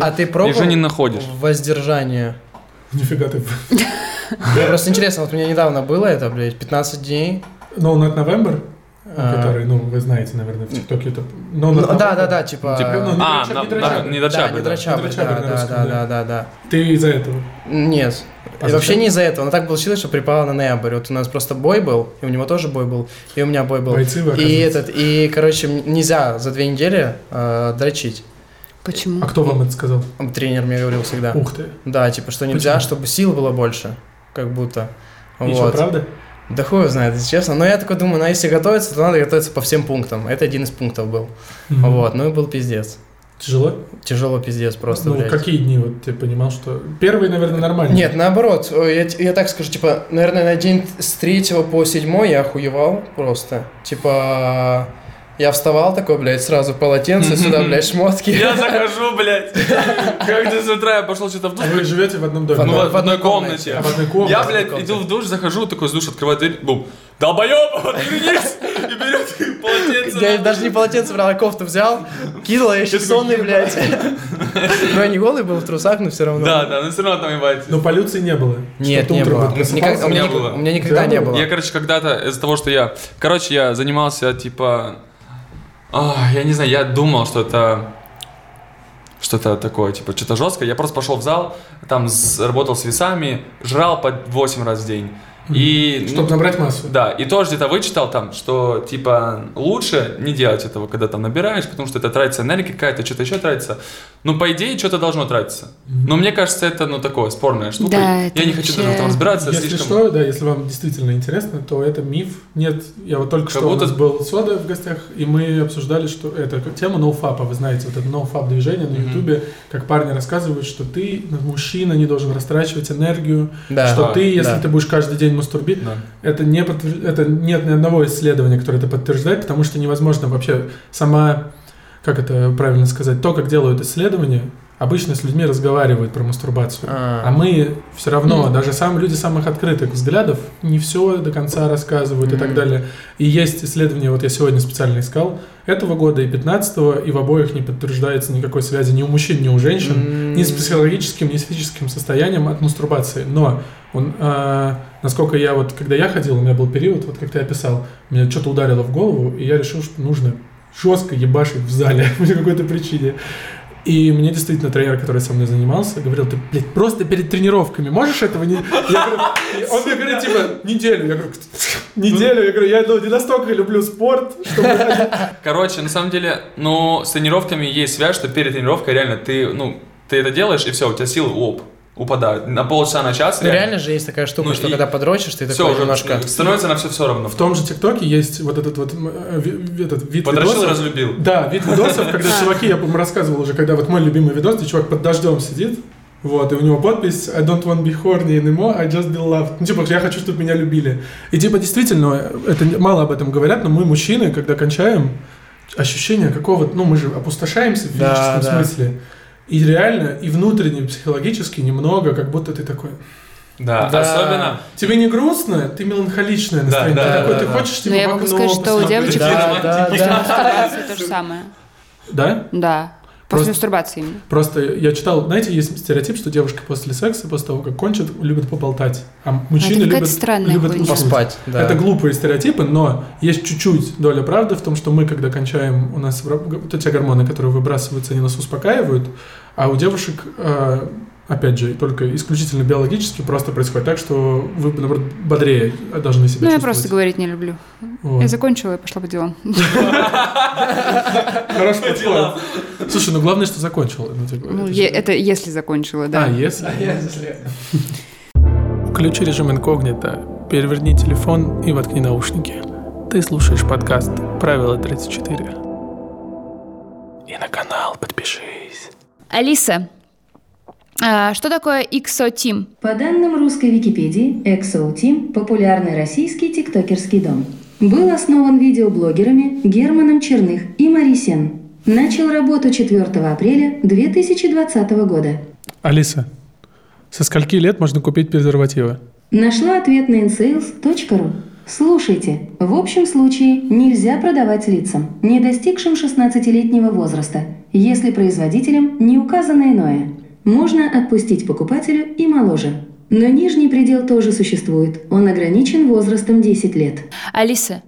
А ты пробовал Их же не находишь. воздержание? Нифига ты. Мне просто интересно, вот у меня недавно было это, блядь, 15 дней. No Nut November, А. который, ну, вы знаете, наверное, в ТикТоке это... No Ну, Nut November. Да, да, да, типа... Типа, ну, не А, дрочабрь, на- Да, да, не не дрочабрь. не дочабрь. да. дрочабрь, Недрочабрь да, на да, русском, да, да, да. да, да. Ты из-за этого. Нет. А И вообще зачем? не из-за этого, но так получилось, что припало на ноябрь. Вот у нас просто бой был, и у него тоже бой был, и у меня бой был. Бойцы вы, И оказывается. этот, и, короче, м- нельзя за две недели э, дрочить. А Почему? кто вам это сказал? Тренер мне говорил всегда. Ух ты. Да, типа, что нельзя, Почему? чтобы сил было больше, как будто. И что, Вот. правда? Да хуй его знает, если честно. Но я такой думаю, ну если готовиться, то надо готовиться по всем пунктам. Это один из пунктов был. Мгм. Вот, ну и был пиздец. Тяжело? Тяжело пиздец просто, Ну, блядь. какие дни вот ты понимал, что... Первый, наверное, нормально. Нет, наоборот, э, я, т- я так скажу, типа, наверное, на день с 3 по 7 я охуевал просто. Типа, я вставал такой, блядь, сразу полотенце сюда, блядь, шмотки. Я захожу, блядь. Как ты с утра я пошел что-то в душ. А вы живете в одном В доме? Ну, одной- в одной комнате. А в одной комнате? Я, блядь, комнате. иду в душ, захожу, такой с душа открываю дверь, бум. Долбоёб, отвернись! И берет полотенце. Я даже не полотенце брал, а кофту взял, кинул, я еще такой, сонный, блядь. Ну, я не голый был в трусах, но все равно. Да, да, но все равно там ебать. Но полюции не было? Нет, Что-то не утром было. вот просыпался, Никак- у, меня, не было. у меня никогда Да, не ну, было. Я, короче, когда-то из-за того, что я... Короче, я занимался, типа... а, я не знаю, я думал, что это... Что-то такое, типа, что-то жесткое. Я просто пошел в зал, там с- работал с весами, жрал по 8 раз в день. И... ну, Чтобы набрать массу. да, и тоже где-то вычитал там, что типа лучше не делать этого, когда там набираешь, потому что это тратится энергия какая-то, что-то еще тратится. Ну, по идее, что-то должно тратиться. Но мне кажется, это, ну, такое, спорная штука. Да, это я не хочу вообще- даже в этом разбираться, Если слишком... что, да, если вам действительно интересно, то это миф. Нет, я вот только Как что будто- у нас был сода в гостях, и мы обсуждали, что это как тема ноуфапа. Вы знаете, вот это ноуфап движение на Мгм. Ютубе, как парни рассказывают, что ты, ну, мужчина, не должен растрачивать энергию, Да. что Да, ты, если да. ты будешь каждый день мастурбить, Да. это не подтвер- это нет ни одного исследования, которое это подтверждает, потому что невозможно вообще сама, как это правильно сказать, то, как делают исследования, обычно с людьми разговаривают про мастурбацию. А мы все равно, Мгм. даже сам, люди самых открытых взглядов, не все до конца рассказывают и Мгм. так далее. И есть исследования, вот я сегодня специально искал, этого года и 15 и в обоих не подтверждается никакой связи ни у мужчин, ни у женщин, М, ни с психологическим, ни с физическим состоянием от мастурбации. Но он, а, насколько я вот, когда я ходил, у меня был период, вот как ты описал, меня что-то ударило в голову, и я решил, что нужно жестко ебашить в зале по какой-то причине. И мне действительно тренер, который со мной занимался, говорил, ты, блядь, просто перед тренировками можешь этого не... Я говорю, и он мне говорит, типа, неделю. Я говорю, неделю. Я говорю, я ну, не настолько люблю спорт, чтобы... Короче, на самом деле, ну, с тренировками есть связь, что перед тренировкой реально ты, ну, ты это делаешь, и все, у тебя силы оп, упадают. На полчаса, на час. Ну реально же есть такая штука, Ну что и- когда подрочишь, ты все такой уже немножко... Становится на все все равно. В том же ТикТоке есть вот этот вот м, э, ви- ви- этот вид Подрочил и видосов. разлюбил. Да, вид видосов, когда чуваки, я, по-моему, рассказывал уже, когда вот мой любимый видос, где чувак под дождем сидит, вот, и у него подпись «I don't want to be horny anymore, I just be loved». Ну, типа, я хочу, чтобы меня любили. И, типа, действительно, это не- мало об этом говорят, но мы, мужчины, когда кончаем, ощущение какого-то, ну, мы же опустошаемся в физическом Да, да. смысле. И реально, и внутренне, и психологически немного, как будто ты такой... Да, Да. особенно. Тебе не грустно, ты меланхоличное настроение. да, ты такой, да, ты да. хочешь, типа, Но я в могу окно сказать, что Ну, у посмотреть. девочек Да, А, да, да. мастурбации то же самое. Да? Да. Просто- После мастурбации А именно. Просто я читал, знаете, есть стереотип, что девушки после секса, после того, как кончат, любят поболтать, а мужчины какая-то любят, странная любят хуйня. уснуть. Поспать, да. Это глупые стереотипы, но есть чуть-чуть доля правды в том, что мы, когда кончаем, у нас вра- вот эти гормоны, которые выбрасываются, они нас успокаивают, а у девушек, э, опять же, только исключительно биологически просто происходит так, что вы, наоборот, бодрее должны себя Ну, я чувствовать. просто говорить не люблю. Вот. Я закончила и пошла по делам. Хороший подход. Слушай, ну главное, что закончила. Ну, типа, Ну, это е- же- это если закончила, да. А, если. Включи режим инкогнито, переверни телефон и воткни наушники. Ты слушаешь подкаст «Правило 34». И на канал подпишись. Алиса, а, что такое XO Team? По данным русской Википедии, XO Team – популярный российский тиктокерский дом. Был основан видеоблогерами Германом Черных и Мари Сен. Начал работу 4 апреля 2020 года. Алиса, со скольки лет можно купить презервативы? Нашла ответ на inSales.ru. Слушайте, в общем случае нельзя продавать лицам, не достигшим 16-летнего возраста, если производителем не указано иное. Можно отпустить покупателю и моложе. Но нижний предел тоже существует. Он ограничен возрастом 10 лет. Алиса,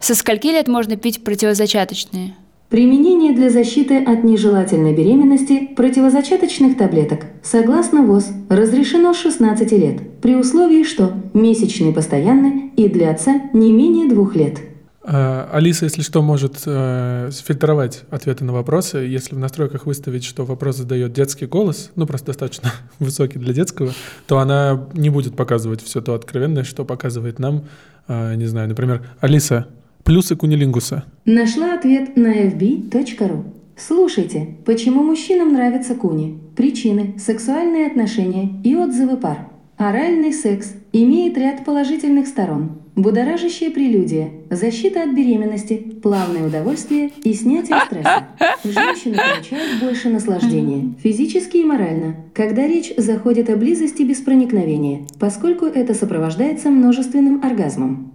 со скольки лет можно пить противозачаточные? Применение для защиты от нежелательной беременности противозачаточных таблеток, согласно ВОЗ, разрешено с 16 лет, при условии, что месячные постоянны и длятся не менее двух лет. Э, Алиса, если что, может э, фильтровать ответы на вопросы. Если в настройках выставить, что вопрос задает детский голос, ну просто достаточно высокий для детского, то она не будет показывать все то откровенное, что показывает нам, э, не знаю, например, Алиса, плюсы кунилингуса. Нашла ответ на fb.ru. Слушайте, почему мужчинам нравятся куни? Причины, сексуальные отношения и отзывы пар. Оральный секс имеет ряд положительных сторон. Будоражащее прелюдия, защита от беременности, плавное удовольствие и снятие стресса. Женщины получают больше наслаждения, физически и морально, когда речь заходит о близости без проникновения, поскольку это сопровождается множественным оргазмом.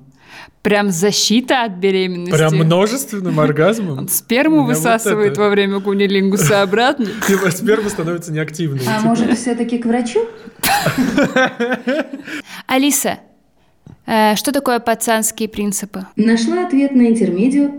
Прям защита от беременности. Прям множественным оргазмом. Он сперму Прям вот высасывает это. во время кунилингуса обратно. Типа сперма становится неактивной. А Типа, может все-таки к врачу? Алиса, э, что такое пацанские принципы? Нашла ответ на intermedio.io.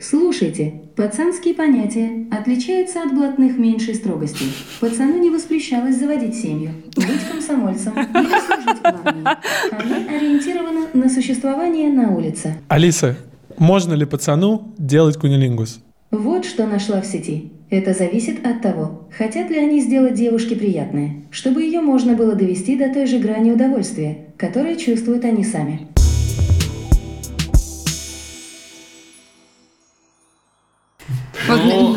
Слушайте, пацанские понятия отличаются от блатных меньшей строгости. Пацану не воспрещалось заводить семью, быть комсомольцем или служить в армии. Они ориентированы на существование на улице. Алиса, можно ли пацану делать кунилингус? Вот что нашла в сети. Это зависит от того, хотят ли они сделать девушке приятное, чтобы ее можно было довести до той же грани удовольствия, которое чувствуют они сами. Вот Ну,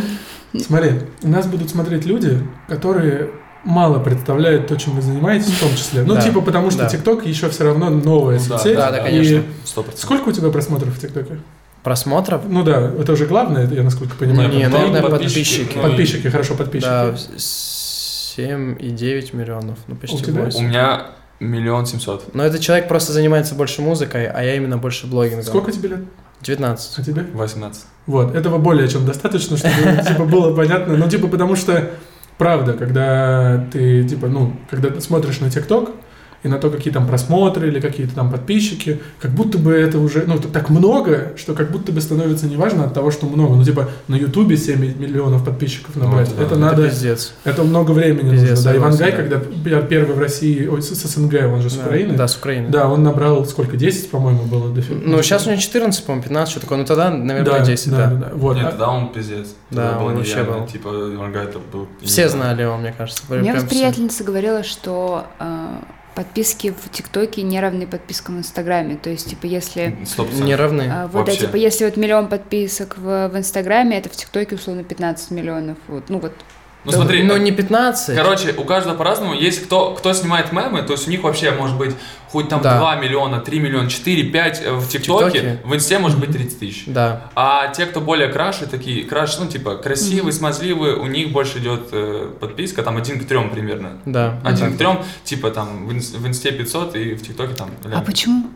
Смотри, нас будут смотреть люди, которые мало представляют то, чем вы занимаетесь, в том числе. Ну, Да, типа потому что да. ТикТок еще все равно новая Ну да, соцсеть. да, да, и конечно. сто процентов. Сколько у тебя просмотров в ТикТоке? Просмотров? Ну да, это уже главное, я насколько понимаю. Не, Потом- наверное, подписчики. ну и- Подписчики, хорошо, подписчики. Да, 7,9 миллионов, ну У почти тебя? 8. У меня миллион семьсот. Но этот человек просто занимается больше музыкой, а я именно больше блогингом. Сколько тебе лет? 19. А тебе? 18. Вот, этого более чем достаточно, чтобы типа, было понятно. Ну, типа, потому что, правда, когда ты, типа, ну, когда ты смотришь на ТикТок и на то, какие там просмотры или какие-то там подписчики, как будто бы это уже, ну, т- так много, что как будто бы становится неважно от того, что много. Ну, типа, на Ютубе 7 миллионов подписчиков набрать, Вот, да, это это Ну, Это надо... пиздец. Это много времени Пиздец, нужно. Да, Иван согласен, Гай, да. когда пер- первый в России, ой, с, с СНГ, он же с Да, Украины. Да, с Украины. Да, он набрал сколько? 10, по-моему, было дофига. Ну, сейчас у него 14, по-моему, 15, что такое. Ну, тогда, наверное, 10, да. да, да. Вот. Нет, А- тогда он пиздец. Да, Тогда было он вообще нереально. был. Типа, Иван Гай это был... Все знали его, мне кажется. У Прям- меня прям вот все. приятельница говорила, что э, подписки в ТикТоке не равны подпискам в Инстаграме. То есть, типа, если... Сто Не процентов. равны. э, вот, да, Вообще. типа, если вот миллион подписок в, в Инстаграме, это в ТикТоке, условно, 15 миллионов. Вот, ну вот. Ну смотри, Ну, не 15. Короче, у каждого по-разному. Есть кто, кто снимает мемы, то есть у них вообще может быть хоть там Да. 2 миллиона, 3 миллиона, 4, 5 в ТикТоке, ТикТоке. в Инсте может быть 30 тысяч. Да. А те, кто более краше, такие краше, ну типа красивые, смазливые, у них больше идет э, подписка, там один к трем примерно. Да. Один Ну Да. к трем, типа там в Инс- в Инсте 500 и в ТикТоке там... А ля. почему?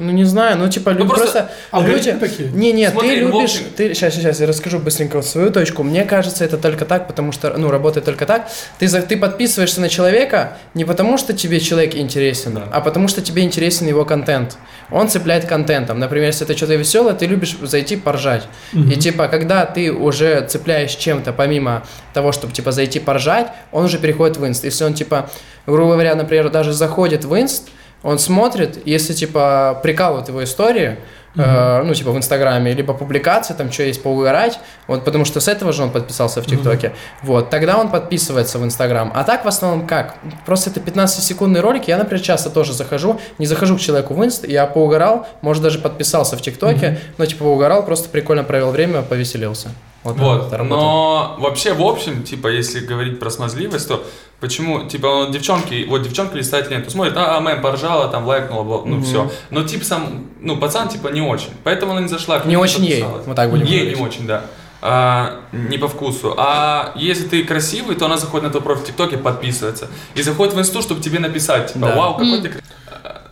Ну не знаю, ну типа Ну, лю- просто просто, А алгоритмы люди- такие. Не, не, Смотри, ты любишь, Волкин. ты сейчас, сейчас я расскажу быстренько вот свою точку. Мне кажется, это только так, потому что ну работает только так. Ты за, ты подписываешься на человека не потому что тебе человек интересен, Да. а потому что тебе интересен его контент. Он цепляет контентом. Например, если это что-то веселое, ты любишь зайти поржать. И типа, когда ты уже цепляешь чем-то, помимо того, чтобы типа зайти поржать, он уже переходит в инст. Если он типа, грубо говоря, например, даже заходит в инст, он смотрит, если типа прикалывают его истории, э, ну типа в Инстаграме, либо публикации, там что есть поугарать, вот потому что с этого же он подписался в ТикТоке, вот, тогда он подписывается в Инстаграм. А так в основном как? Просто это 15-секундный ролик, я, например, часто тоже захожу, не захожу к человеку в Инст, я поугарал, может даже подписался в ТикТоке, но типа поугарал, просто прикольно провел время, повеселился. Вот, так Вот, это работает. но вообще, в общем, типа, если говорить про смазливость, то почему, типа, ну, девчонки, вот девчонка листает ленту, смотрит, а, а, мэм, поржала, там, лайкнула, бла, ну, все. Но, тип сам, ну, пацан, типа, не очень, поэтому она не зашла. к Не нему очень ей, подписалась. вот так будем Ей говорить. не очень, да. А, не по вкусу. А если ты красивый, то она заходит на твой профиль в ТикТоке, подписывается. И заходит в инсту, чтобы тебе написать, типа, Да. вау, какой ты кра-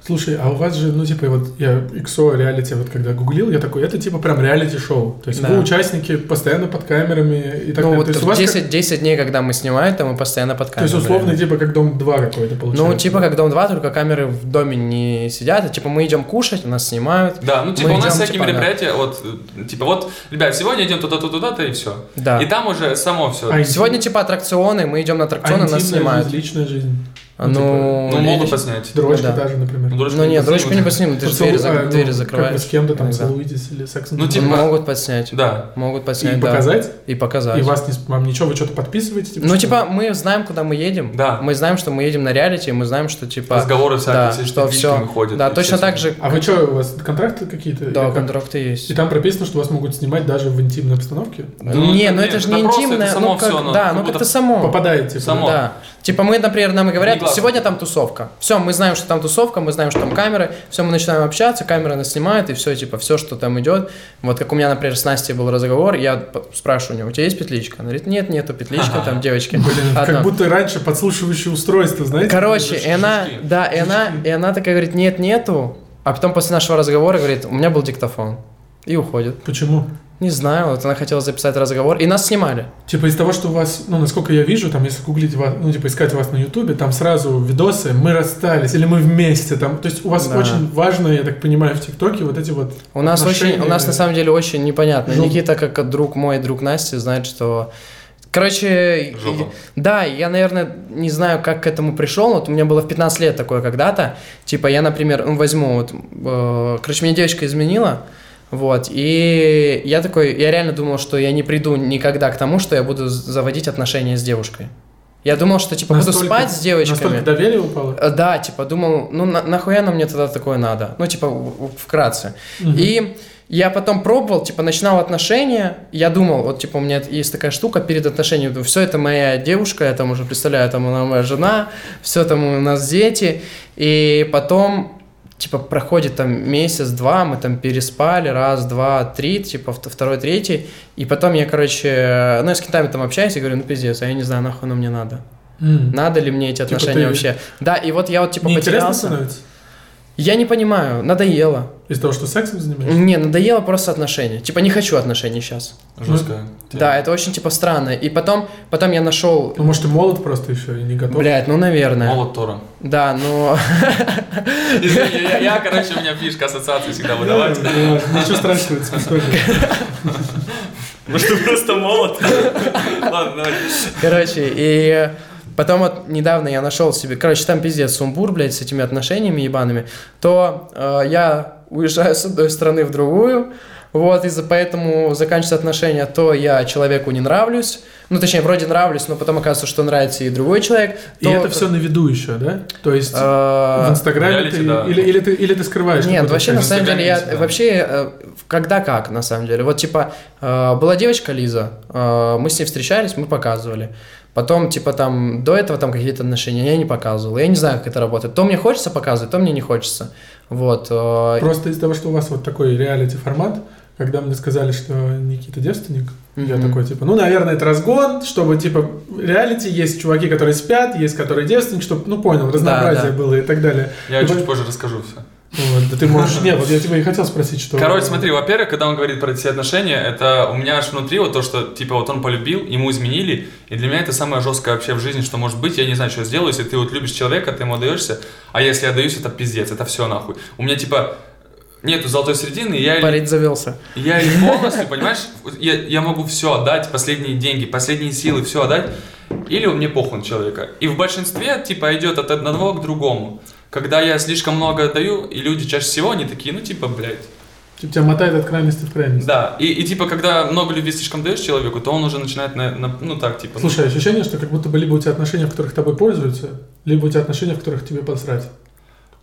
Слушай, а у вас же, ну, типа, вот я XO реалити, вот когда гуглил, я такой, это типа прям реалити-шоу. То есть Да. вы участники постоянно под камерами и так ну, далее. вот то есть у в вас как- 10, 10 дней, когда мы снимаем, там мы постоянно под то есть камерой. условно, типа, как дом 2 какой-то получается. Ну, типа как Дом 2, только камеры в доме не сидят. И, типа мы идем кушать, нас снимают. Да, ну типа Мы у нас идем, всякие типа, да. мероприятия, вот, э, типа вот, ребят, сегодня идем туда-то, туда-то и все. Да. И там уже само все. А Сегодня типа аттракционы, мы идем на аттракционы, интимная нас снимают. жизнь, личная жизнь. Ну, типа, ну, видишь? могут поснять. Дрочка ну да. даже, например. Ну, дрочку Ну нет, дрочку не поснимут. поснимут, ты же Поцелуй- двери, а, зак- ну, двери как закрываешь. вы с кем-то там иногда. целуетесь или сексом Ну, Ну, типа- Могут подснять. Да. Могут подснять, и да. показать, И показать. и вас не, с- вам ничего, вы что-то подписываете? Ну, что- типа, мы знаем, куда мы едем. Да. Мы знаем, что мы едем на реалити, мы знаем, что, типа... Разговоры всякие, да, все что штуки все. ходят, Да, и точно все так всякие. же, А вы что, у вас контракты какие-то? Или да, как? контракты И есть. там прописано, что вас могут снимать даже в интимной обстановке? Ну, не, это ну это нет, же это не просто, интимное, это само ну как, всё, оно да, как ну будто как-то само. Попадаете? типа, Само. Да. Типа мы, например, нам говорят, Негласно. сегодня там тусовка. Все, мы знаем, что там тусовка, мы знаем, что там камеры. Все, мы начинаем общаться, камера нас снимает, и все, типа, все, что там идет. Вот как у меня, например, с Настей был разговор, я п- спрашиваю у нее, у тебя есть петличка? Она говорит, нет, нету петличка, А там девочки. Блин, это Одна. как будто раньше подслушивающее устройство, знаете? Короче, Жучки, и она, жучки. да, и она, и она такая говорит, нет, нету. А потом после нашего разговора говорит, у меня был диктофон. И уходит. Почему? Не знаю, вот она хотела записать разговор, и нас снимали. Типа из того, что у вас, ну, насколько я вижу, там, если гуглить вас, ну, типа искать вас на Ютубе, там сразу видосы «Мы расстались» или «Мы вместе», там, то есть у вас Да. очень важно, я так понимаю, в ТикТоке вот эти вот У нас отношения. Ну. очень, у нас на самом деле очень непонятно. Жопа. Никита, как друг мой, друг Насти, знает, что. Короче, и- Жопа. да, я, наверное, не знаю, как к этому пришел. Вот у меня было в 15 лет такое когда-то. Типа, я, например, ну, возьму, вот, э, короче, мне девочка изменила. Вот, и я такой, я реально думал, что я не приду никогда к тому, что я буду заводить отношения с девушкой. Я думал, что, типа, буду Настолько- спать с Настолько девочками. доверие упало? Э, Да, типа, думал, ну на- нахуя нам мне тогда такое надо? Ну, типа, в- в- вкратце. И я потом пробовал, типа, начинал отношения, я думал, вот, типа, у меня есть такая штука перед отношениями, думаю, все, это моя девушка, я там уже представляю, там она моя жена, все, там у нас дети, и потом типа проходит там месяц-два, мы там переспали, раз, два, три, типа вт- второй, третий, и потом я, короче, ну, я с китами там общаюсь и говорю, ну, пиздец, а я не знаю, нахуй оно мне надо. М. Надо ли мне эти Типа отношения ты- вообще? Да, и вот я вот типа Неинтересно потерялся. становится? Я не понимаю, надоело. Из-за того, что сексом занимаешься? Не, надоело просто отношения. Типа не хочу отношений сейчас. Жестко. Да, это очень типа странно. И потом, потом я нашел. Ну, может, ты молод просто еще и не готов? Блять, ну наверное. Молот Тора. Да, ну, но Извини, я, я, короче, у меня фишка ассоциации всегда Да, Ну, выдавать. да, Ничего страшного, это смешно. Ну что просто молот. Ладно, давай. короче и потом вот недавно я нашел себе, короче там пиздец сумбур, блядь, с этими отношениями ебаными. То э, я уезжаю с одной страны в другую. Вот, из-за поэтому заканчиваются отношения, то я человеку не нравлюсь, ну, точнее, вроде нравлюсь, но потом оказывается, что нравится и другой человек. И это все на виду еще, да? То есть в Э, Инстаграме реалити, ты да. или, или ты или ты скрываешь? Нет, какой-то вообще на секс? самом деле я Инстаграме есть, да. вообще э, в- когда как на самом деле. Вот типа э, была девочка Лиза, э, мы с ней встречались, мы показывали. Потом типа там до этого там какие-то отношения я не показывал. Я не знаю, как это работает. То мне хочется показывать, то мне не хочется. Вот. э, Просто из-за того, что у вас вот такой реалити формат, когда мне сказали, что Никита девственник, я Мгм. такой типа, ну, наверное, это разгон, чтобы типа реалити есть чуваки, которые спят, есть которые девственник, чтобы, ну, понял, разнообразие да. было и так далее. Я Ну, И чуть вот- позже расскажу все. вот, да ты можешь, нет, вот я тебя и хотел спросить, что. Короче, смотри, во-первых, когда он говорит про эти все отношения, это у меня аж внутри вот то, что, типа, вот он полюбил, ему изменили, и для меня это самое жесткое вообще в жизни, что может быть, я не знаю, что я сделаю, если ты вот любишь человека, ты ему отдаешься, а если я отдаюсь, это пиздец, это все нахуй. У меня, типа, нету золотой середины, и я или Парень завелся. я и полностью, понимаешь, я, я могу все отдать, последние деньги, последние силы, все отдать, или мне похуй на человека. И в большинстве, типа, идет от одного к другому. Когда я слишком много отдаю, и люди чаще всего, они такие, ну, типа, блядь. Типа, тебя мотает от крайности в крайность. Да, и, и, типа, когда много любви слишком даешь человеку, то он уже начинает, на, на- ну, так, типа. ну, Слушай, а ощущение, что как будто бы либо у тебя отношения, в которых тобой пользуются, либо у тебя отношения, в которых тебе посрать.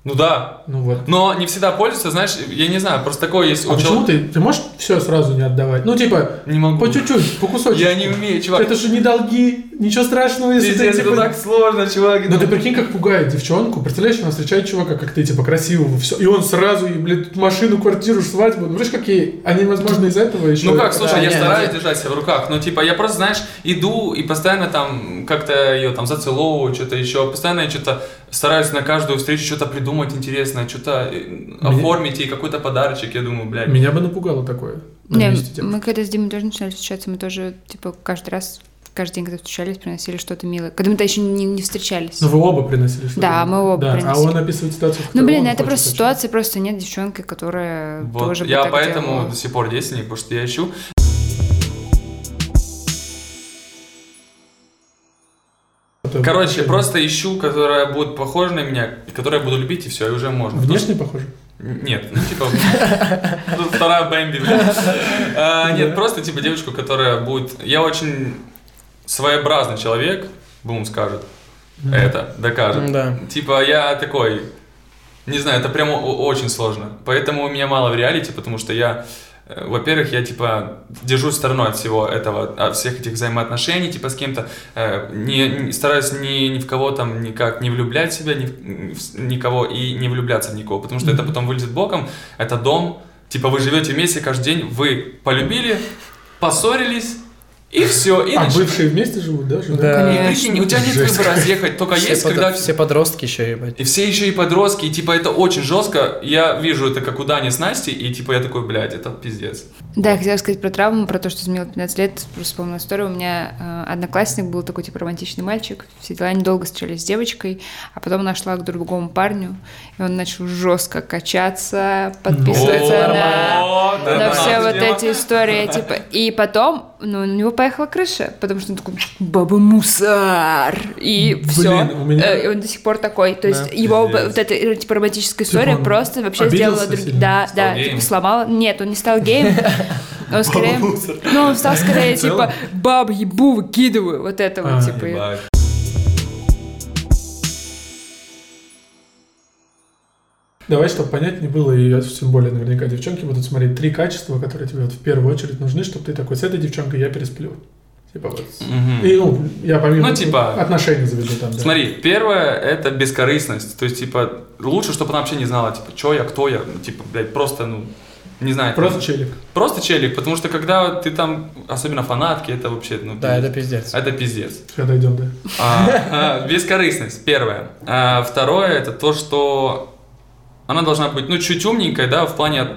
Ну, да. Ну вот. Но не всегда пользуются, знаешь, я не знаю, просто такое есть... А у почему человека- ты, ты можешь все сразу не отдавать? Ну, типа, Не могу. по чуть-чуть, по кусочку. Я не умею, чувак. Это же не долги, ничего страшного, если Пиздец, ты, это типа, так сложно, чувак. Ну ты прикинь, как пугает девчонку. Представляешь, она встречает чувака, как ты, типа, красивого, все. И он сразу, и, блядь, машину, квартиру, свадьбу. Ну, Видишь, какие они, возможно, из этого еще... Ну как, слушай, Да, я не, стараюсь не. держать себя в руках, но типа я просто, знаешь, иду и постоянно там как-то ее там зацеловываю, что-то еще, постоянно я что-то стараюсь на каждую встречу что-то придумать интересное, что-то э, оформить ей какой-то подарочек. Я думаю, блядь. Меня бы напугало такое. Ну, Ну, типа. на Не, месте тебя. мы когда с Димой тоже начинали встречаться, мы тоже, типа, каждый раз, каждый день, когда встречались, приносили что-то милое. Когда мы-то еще не, не встречались. Ну, вы оба приносили что-то. Да, мы оба Да, А приносили. он описывает ситуацию, в Ну, которой блин, он это хочет просто вообще. ситуация, просто нет девчонки, которая Вот. тоже бы я так поэтому делала. до сих пор действенник, потому что я ищу. Это Короче, вообще просто ищу, которая будет похожа на меня, и которую я буду любить, и все, и уже можно. Потому Внешне похоже? Нет, ну типа... тут Вторая Бэмби, блядь. А, Нет, просто типа девочку, которая будет... Я очень своеобразный человек, Бум скажет А, это, докажет. Да. Типа я такой... Не знаю, это прямо о- очень сложно. Поэтому у меня мало в реалити, потому что я... э, Во-первых, я типа держусь стороной от всего этого, от всех этих взаимоотношений, типа с кем-то, э, не, не- стараюсь ни, ни в кого там никак не влюблять себя, ни, в- ни в с- никого и не влюбляться в никого, потому что это потом вылезет боком, это дом, типа вы живете вместе каждый день, вы полюбили, поссорились, и все, и А начи- бывшие вместе живут, да? живут? Да. И прикинь, у тебя нет Жесть. выбора съехать, только все, есть, под- когда все подростки еще, ебать. и все еще и подростки, и типа это очень жестко. Я вижу это как у Дани с Настей, и типа я такой, блядь, это пиздец. Да, я хотела сказать про травму, про то, что изменила 15 лет. Просто вспомнила историю. У меня э, одноклассник был такой, типа, романтичный мальчик. Все дела, они долго встречались с девочкой, а потом она шла к другому парню, и он начал жестко качаться, подписываться это О, на... да, на да, все вот тема. эти истории, типа. И потом, ну, у него поехала крыша, потому что он такой, баба мусор, и Блин, все. у меня- И он до сих пор такой. То есть Да. его Пиздец. б- вот эта э, типа, романтическая история он просто вообще обиделся сделала другие. сильно? Да, Стал да, геем? типа сломала. Нет, он не стал геем. Он скорее, ну, он стал скорее, целом? типа, баб, ебу, выкидываю, вот это А, вот, типа. Ебать. Давай, чтобы понятнее было, и тем более наверняка девчонки будут смотреть три качества, которые тебе вот в первую очередь нужны, чтобы ты такой, с этой девчонкой я пересплю. Типа вот. Мгм. И, ну, я помимо Ну, типа- отношений заведу там. да. Смотри, первое это бескорыстность. То есть, типа, лучше, чтобы она вообще не знала, типа, что я, кто я, ну, типа, блядь, просто, ну, не знаю. Просто там, челик. просто челик, потому что когда ты там, особенно фанатки, это вообще, ну, Да, ты- это пиздец. это пиздец. Сейчас дойдем, да. Типа, А, а, Бескорыстность, первое. А, Второе, это то, что она должна быть, ну, чуть умненькой, да, в плане,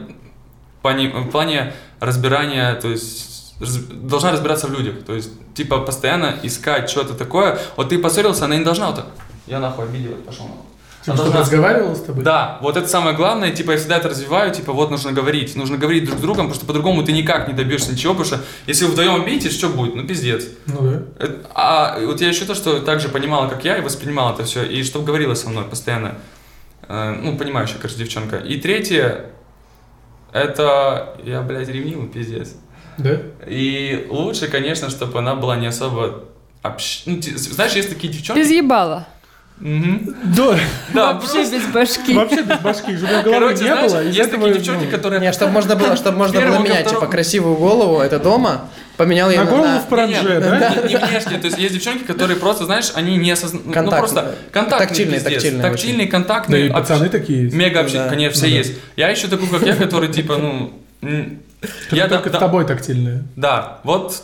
пони- в плане разбирания, то есть раз- должна разбираться в людях, то есть, типа, постоянно искать что-то такое. Вот ты поссорился, она не должна вот так. Я нахуй обидел, пошел нахуй. Типа, чтобы должна- разговаривал с тобой? Да, вот это самое главное, типа я всегда это развиваю, типа вот нужно говорить, нужно говорить друг с другом, потому что по-другому ты никак не добьешься ничего, потому что если вы вдвоем обидитесь, что будет? Ну пиздец. Ну да. Э, А вот я еще то, что так же понимала, как я, и воспринимала это все, и что говорила со мной постоянно. Э, Ну, понимающая, короче, девчонка. И третье, это я, блядь, ревнивый, пиздец. Да? И лучше, конечно, чтобы она была не особо общ... ну, ти- Знаешь, есть такие Без девчонки... ебала. Мгм. Да. Да, Вообще просто- без башки. Вообще без башки, чтобы у меня головы Короче, не знаешь, было. из есть этого, такие девчонки, ну, которые... Не, чтобы можно было, чтобы можно было Первого, менять, второго. типа, красивую голову, это дома, поменял ее На на... голову в Не-не, паранже, да? Не, не внешне, то есть есть девчонки, которые просто, знаешь, они не осознают, ну Контактные. просто контактные, Тактильные, пиздец. тактильные очень. тактильные, Да контактные, и общ- пацаны такие есть. Мега общительный, да. конечно, все Ну да. есть. Я еще такой, как я, который типа, ну... м, Я Я да, только с да, тобой тактильные. да, вот...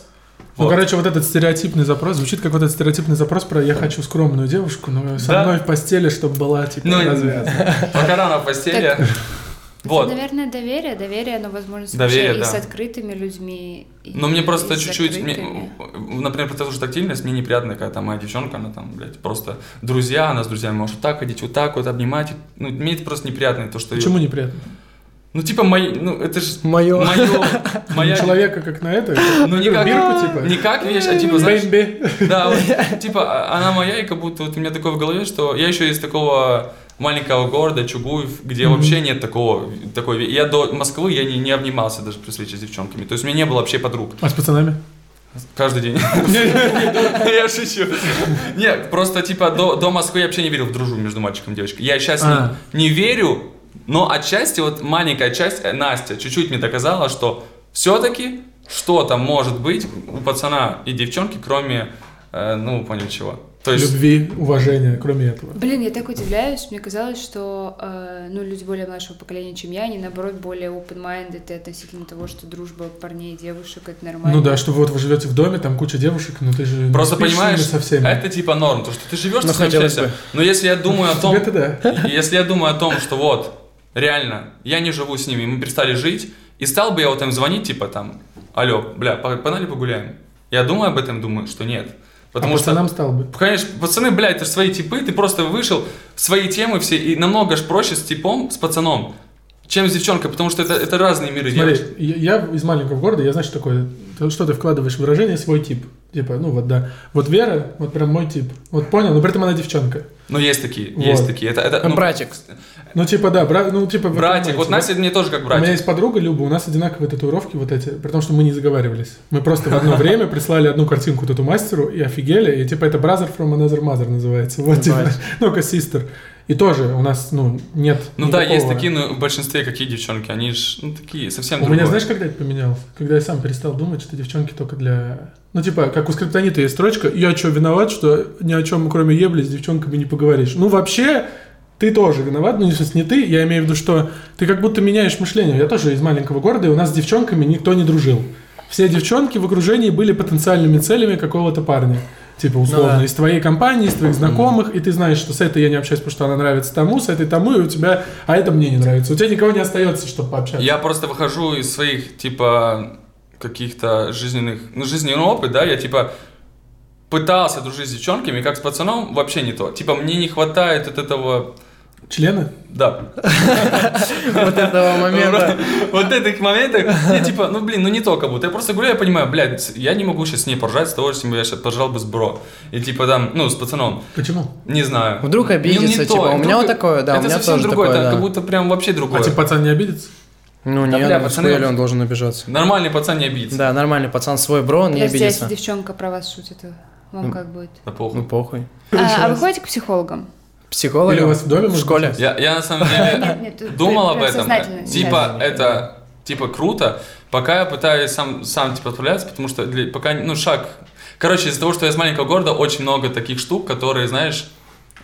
Ну, вот. короче, вот этот стереотипный запрос звучит как вот этот стереотипный запрос про «я хочу скромную девушку, но со Да. мной в постели, чтобы была, типа, Ну, развязана». Пока рано в постели. Вот. Наверное, доверие, доверие, оно возможно Доверие, и да. с открытыми людьми. и- Но мне просто и с чуть-чуть, мне, закрытыми. например, про ту же тактильность, мне неприятно, когда там моя девчонка, она там, блядь, просто друзья, она с друзьями может так ходить, вот так вот обнимать. Ну, мне это просто неприятно, то, что... её- Почему неприятно? Ну, типа, мои, ну, это же... Моё. Моё. Моя... Ну, Человека как на это? Ну, не как, бирку, типа? не как вещь, а типа, знаешь, Бэмби. Да, вот, типа, а- она моя, и как будто вот у меня такое в голове, что я еще из такого маленького города, Чугуев, где вообще нет такого, такой, ве- я до Москвы, я не, не обнимался даже при встрече с девчонками, то есть у меня не было вообще подруг, А с пацанами? каждый день, я шучу, нет, просто, типа, до, до Москвы я вообще не верил в дружбу между мальчиком и девочкой, я сейчас А. не, не верю, но отчасти, вот маленькая часть, э, Настя, чуть-чуть мне доказала, что все-таки что-то может быть у пацана и девчонки, кроме э, ну, понял чего. То есть, Любви, уважения, кроме этого. Блин, я так удивляюсь. Мне казалось, что э, ну, люди более младшего поколения, чем я, они, наоборот, более open-minded и относительно того, что дружба парней и девушек — это нормально. Ну да, что вот вы живете в доме, там куча девушек, но ты же не просто спишь с ними понимаешь, со всеми. это типа норм, то, что ты живешь Ну, со своим хотелось счастьем. бы. Но если я думаю о том, Тебе-то да. А И Если я думаю о том, что вот, реально, я не живу с ними, мы перестали жить, и стал бы я вот им звонить, типа там, алло, бля, по- погнали погуляем. Я думаю об этом, думаю, что нет. Потому а что... пацанам стал бы. Конечно, пацаны, бля, это же свои типы, ты просто вышел, свои темы все, и намного же проще с типом, с пацаном, чем с девчонкой, потому что это, это разные миры Смотри, девушек. я я из маленького города, я знаю, что такое. То, Что ты вкладываешь в выражение свой тип. Типа, ну вот да. Вот Вера, вот прям мой тип. Вот понял, но при этом она девчонка. Но есть такие, есть Вот. такие. Это, это, ну, Братик. Ну типа да, бра- ну типа... вы Братик, вот понимаете, Настя мне тоже как У меня братик. есть подруга Люба, у нас одинаковые татуировки вот эти, при том, что мы не заговаривались. Мы просто в одно время прислали одну картинку тату-мастеру и офигели, и типа это Brother from another mother называется. Вот, типа, Ебать. ну-ка, sister. И тоже у нас, ну, нет Ну да, есть никакого. такие, но в большинстве какие девчонки, они же, ну такие, совсем У меня, другое. знаешь, когда это поменялось? Когда я сам перестал думать, что девчонки только для... Ну, типа, как у скриптонита есть строчка, я что, виноват, что ни о чем, кроме ебли, с девчонками не поговоришь. Ну, вообще, ты тоже виноват, ну, в смысле, не ты, я имею в виду, что ты как будто меняешь мышление. Я тоже из маленького города, и у нас с девчонками никто не дружил. Все девчонки в окружении были потенциальными целями какого-то парня. Типа, условно, Ну да. из твоей компании, из твоих знакомых, и ты знаешь, что с этой я не общаюсь, потому что она нравится тому, с этой тому, и у тебя, а это мне не нравится. У тебя никого не остается, чтобы пообщаться. Я просто выхожу из своих, типа, каких-то жизненных, ну, жизненный опыт, да, я, типа, пытался дружить с девчонками, как с пацаном, вообще не то. Типа, мне не хватает от этого, Члены? да, Вот этого момента. вот этих моментов, я, типа, ну, блин, ну, не то как будто. Я просто гуляю, я понимаю, блядь, я не могу сейчас с ней поржать с того, что я сейчас поржал бы с бро. И, типа, там, ну, с пацаном. Почему? Не знаю. Вдруг Не- не обидится, то. типа, у меня Вдруг- вот такое, да, у это меня совсем тоже другое, такое, это да. как будто прям вообще другое. А типа пацан не обидится? Ну Да, нет, бля, ну, пацаны, хуя ли он должен обижаться. Нормальный пацан не обидится. Да, нормальный пацан свой бро, он не Подожди, а если обидится. девчонка про вас шутит, вам как будет? Да похуй. Ну похуй. А, а вы ходите к психологам? Психолог. Или у вас в доме, В может школе. быть, Я, я на самом деле Нет, нет, тут думал прям об этом. сознательно сейчас. Типа это типа круто, пока я пытаюсь сам сам типа отправляться, потому что для- пока ну шаг. Короче, из-за того, что я из маленького города, очень много таких штук, которые, знаешь,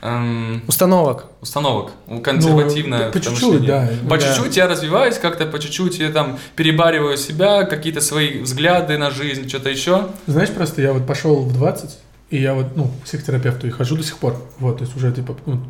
эм, Установок. установок, у- консервативное Ну, по потому чуть-чуть, что да. не- По Да. чуть-чуть я развиваюсь, как-то по чуть-чуть я там перебариваю себя, какие-то свои взгляды на жизнь, что-то еще. Знаешь, просто я вот пошел в 20, и я вот, ну, к психотерапевту и хожу до сих пор. Вот, то есть уже, типа, ну,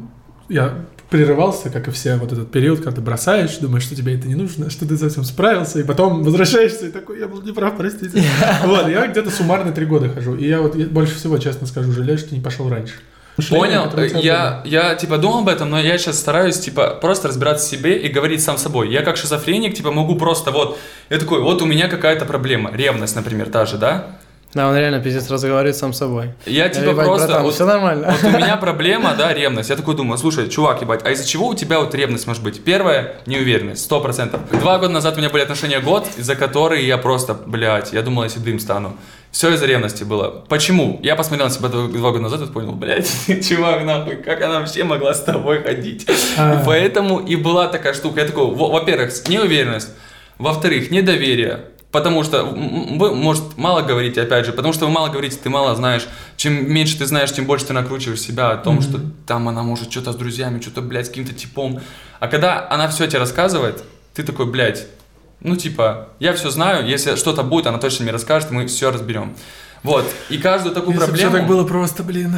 я прерывался, как и все, вот этот период, когда ты бросаешь, думаешь, что тебе это не нужно, что ты совсем справился, и потом возвращаешься и такой, я был неправ, простите. Вот, я где-то суммарно три года хожу, и я вот я больше всего, честно скажу, жалею, что не пошел раньше. Мышление, Понял, которое у тебя я, я типа думал об этом, но я сейчас стараюсь типа просто разбираться в себе и говорить сам с собой. Я как шизофреник, типа могу просто вот, я такой, вот у меня какая-то проблема, ревность, например, та же, да? Да, он реально пиздец разговаривает сам с собой. Я типа Ебать, просто, братан, вот, все нормально. вот у меня проблема, да, ревность. Я такой думаю, слушай, чувак, ебать, а из-за чего у тебя вот ревность может быть? Первое, неуверенность, сто процентов. Два года назад у меня были отношения год, из-за которой я просто, блядь, я думал, я седым стану. Все из-за ревности было. Почему? Я посмотрел на себя два, два года назад и понял, блядь, чувак, нахуй, как она вообще могла с тобой ходить? А. И Поэтому и была такая штука. Я такой, во- во-первых, неуверенность. Во-вторых, недоверие. Потому что м, м, вы, может, мало говорите, опять же, потому что вы мало говорите, ты мало знаешь. Чем меньше ты знаешь, тем больше ты накручиваешь себя о том, что там она может что-то с друзьями, что-то, блядь, с каким-то типом. А когда она все тебе рассказывает, ты такой, блядь, ну, типа, я все знаю, если что-то будет, она точно мне расскажет, мы все разберем. Вот, и каждую такую Если бы всё проблему... так было просто, блин.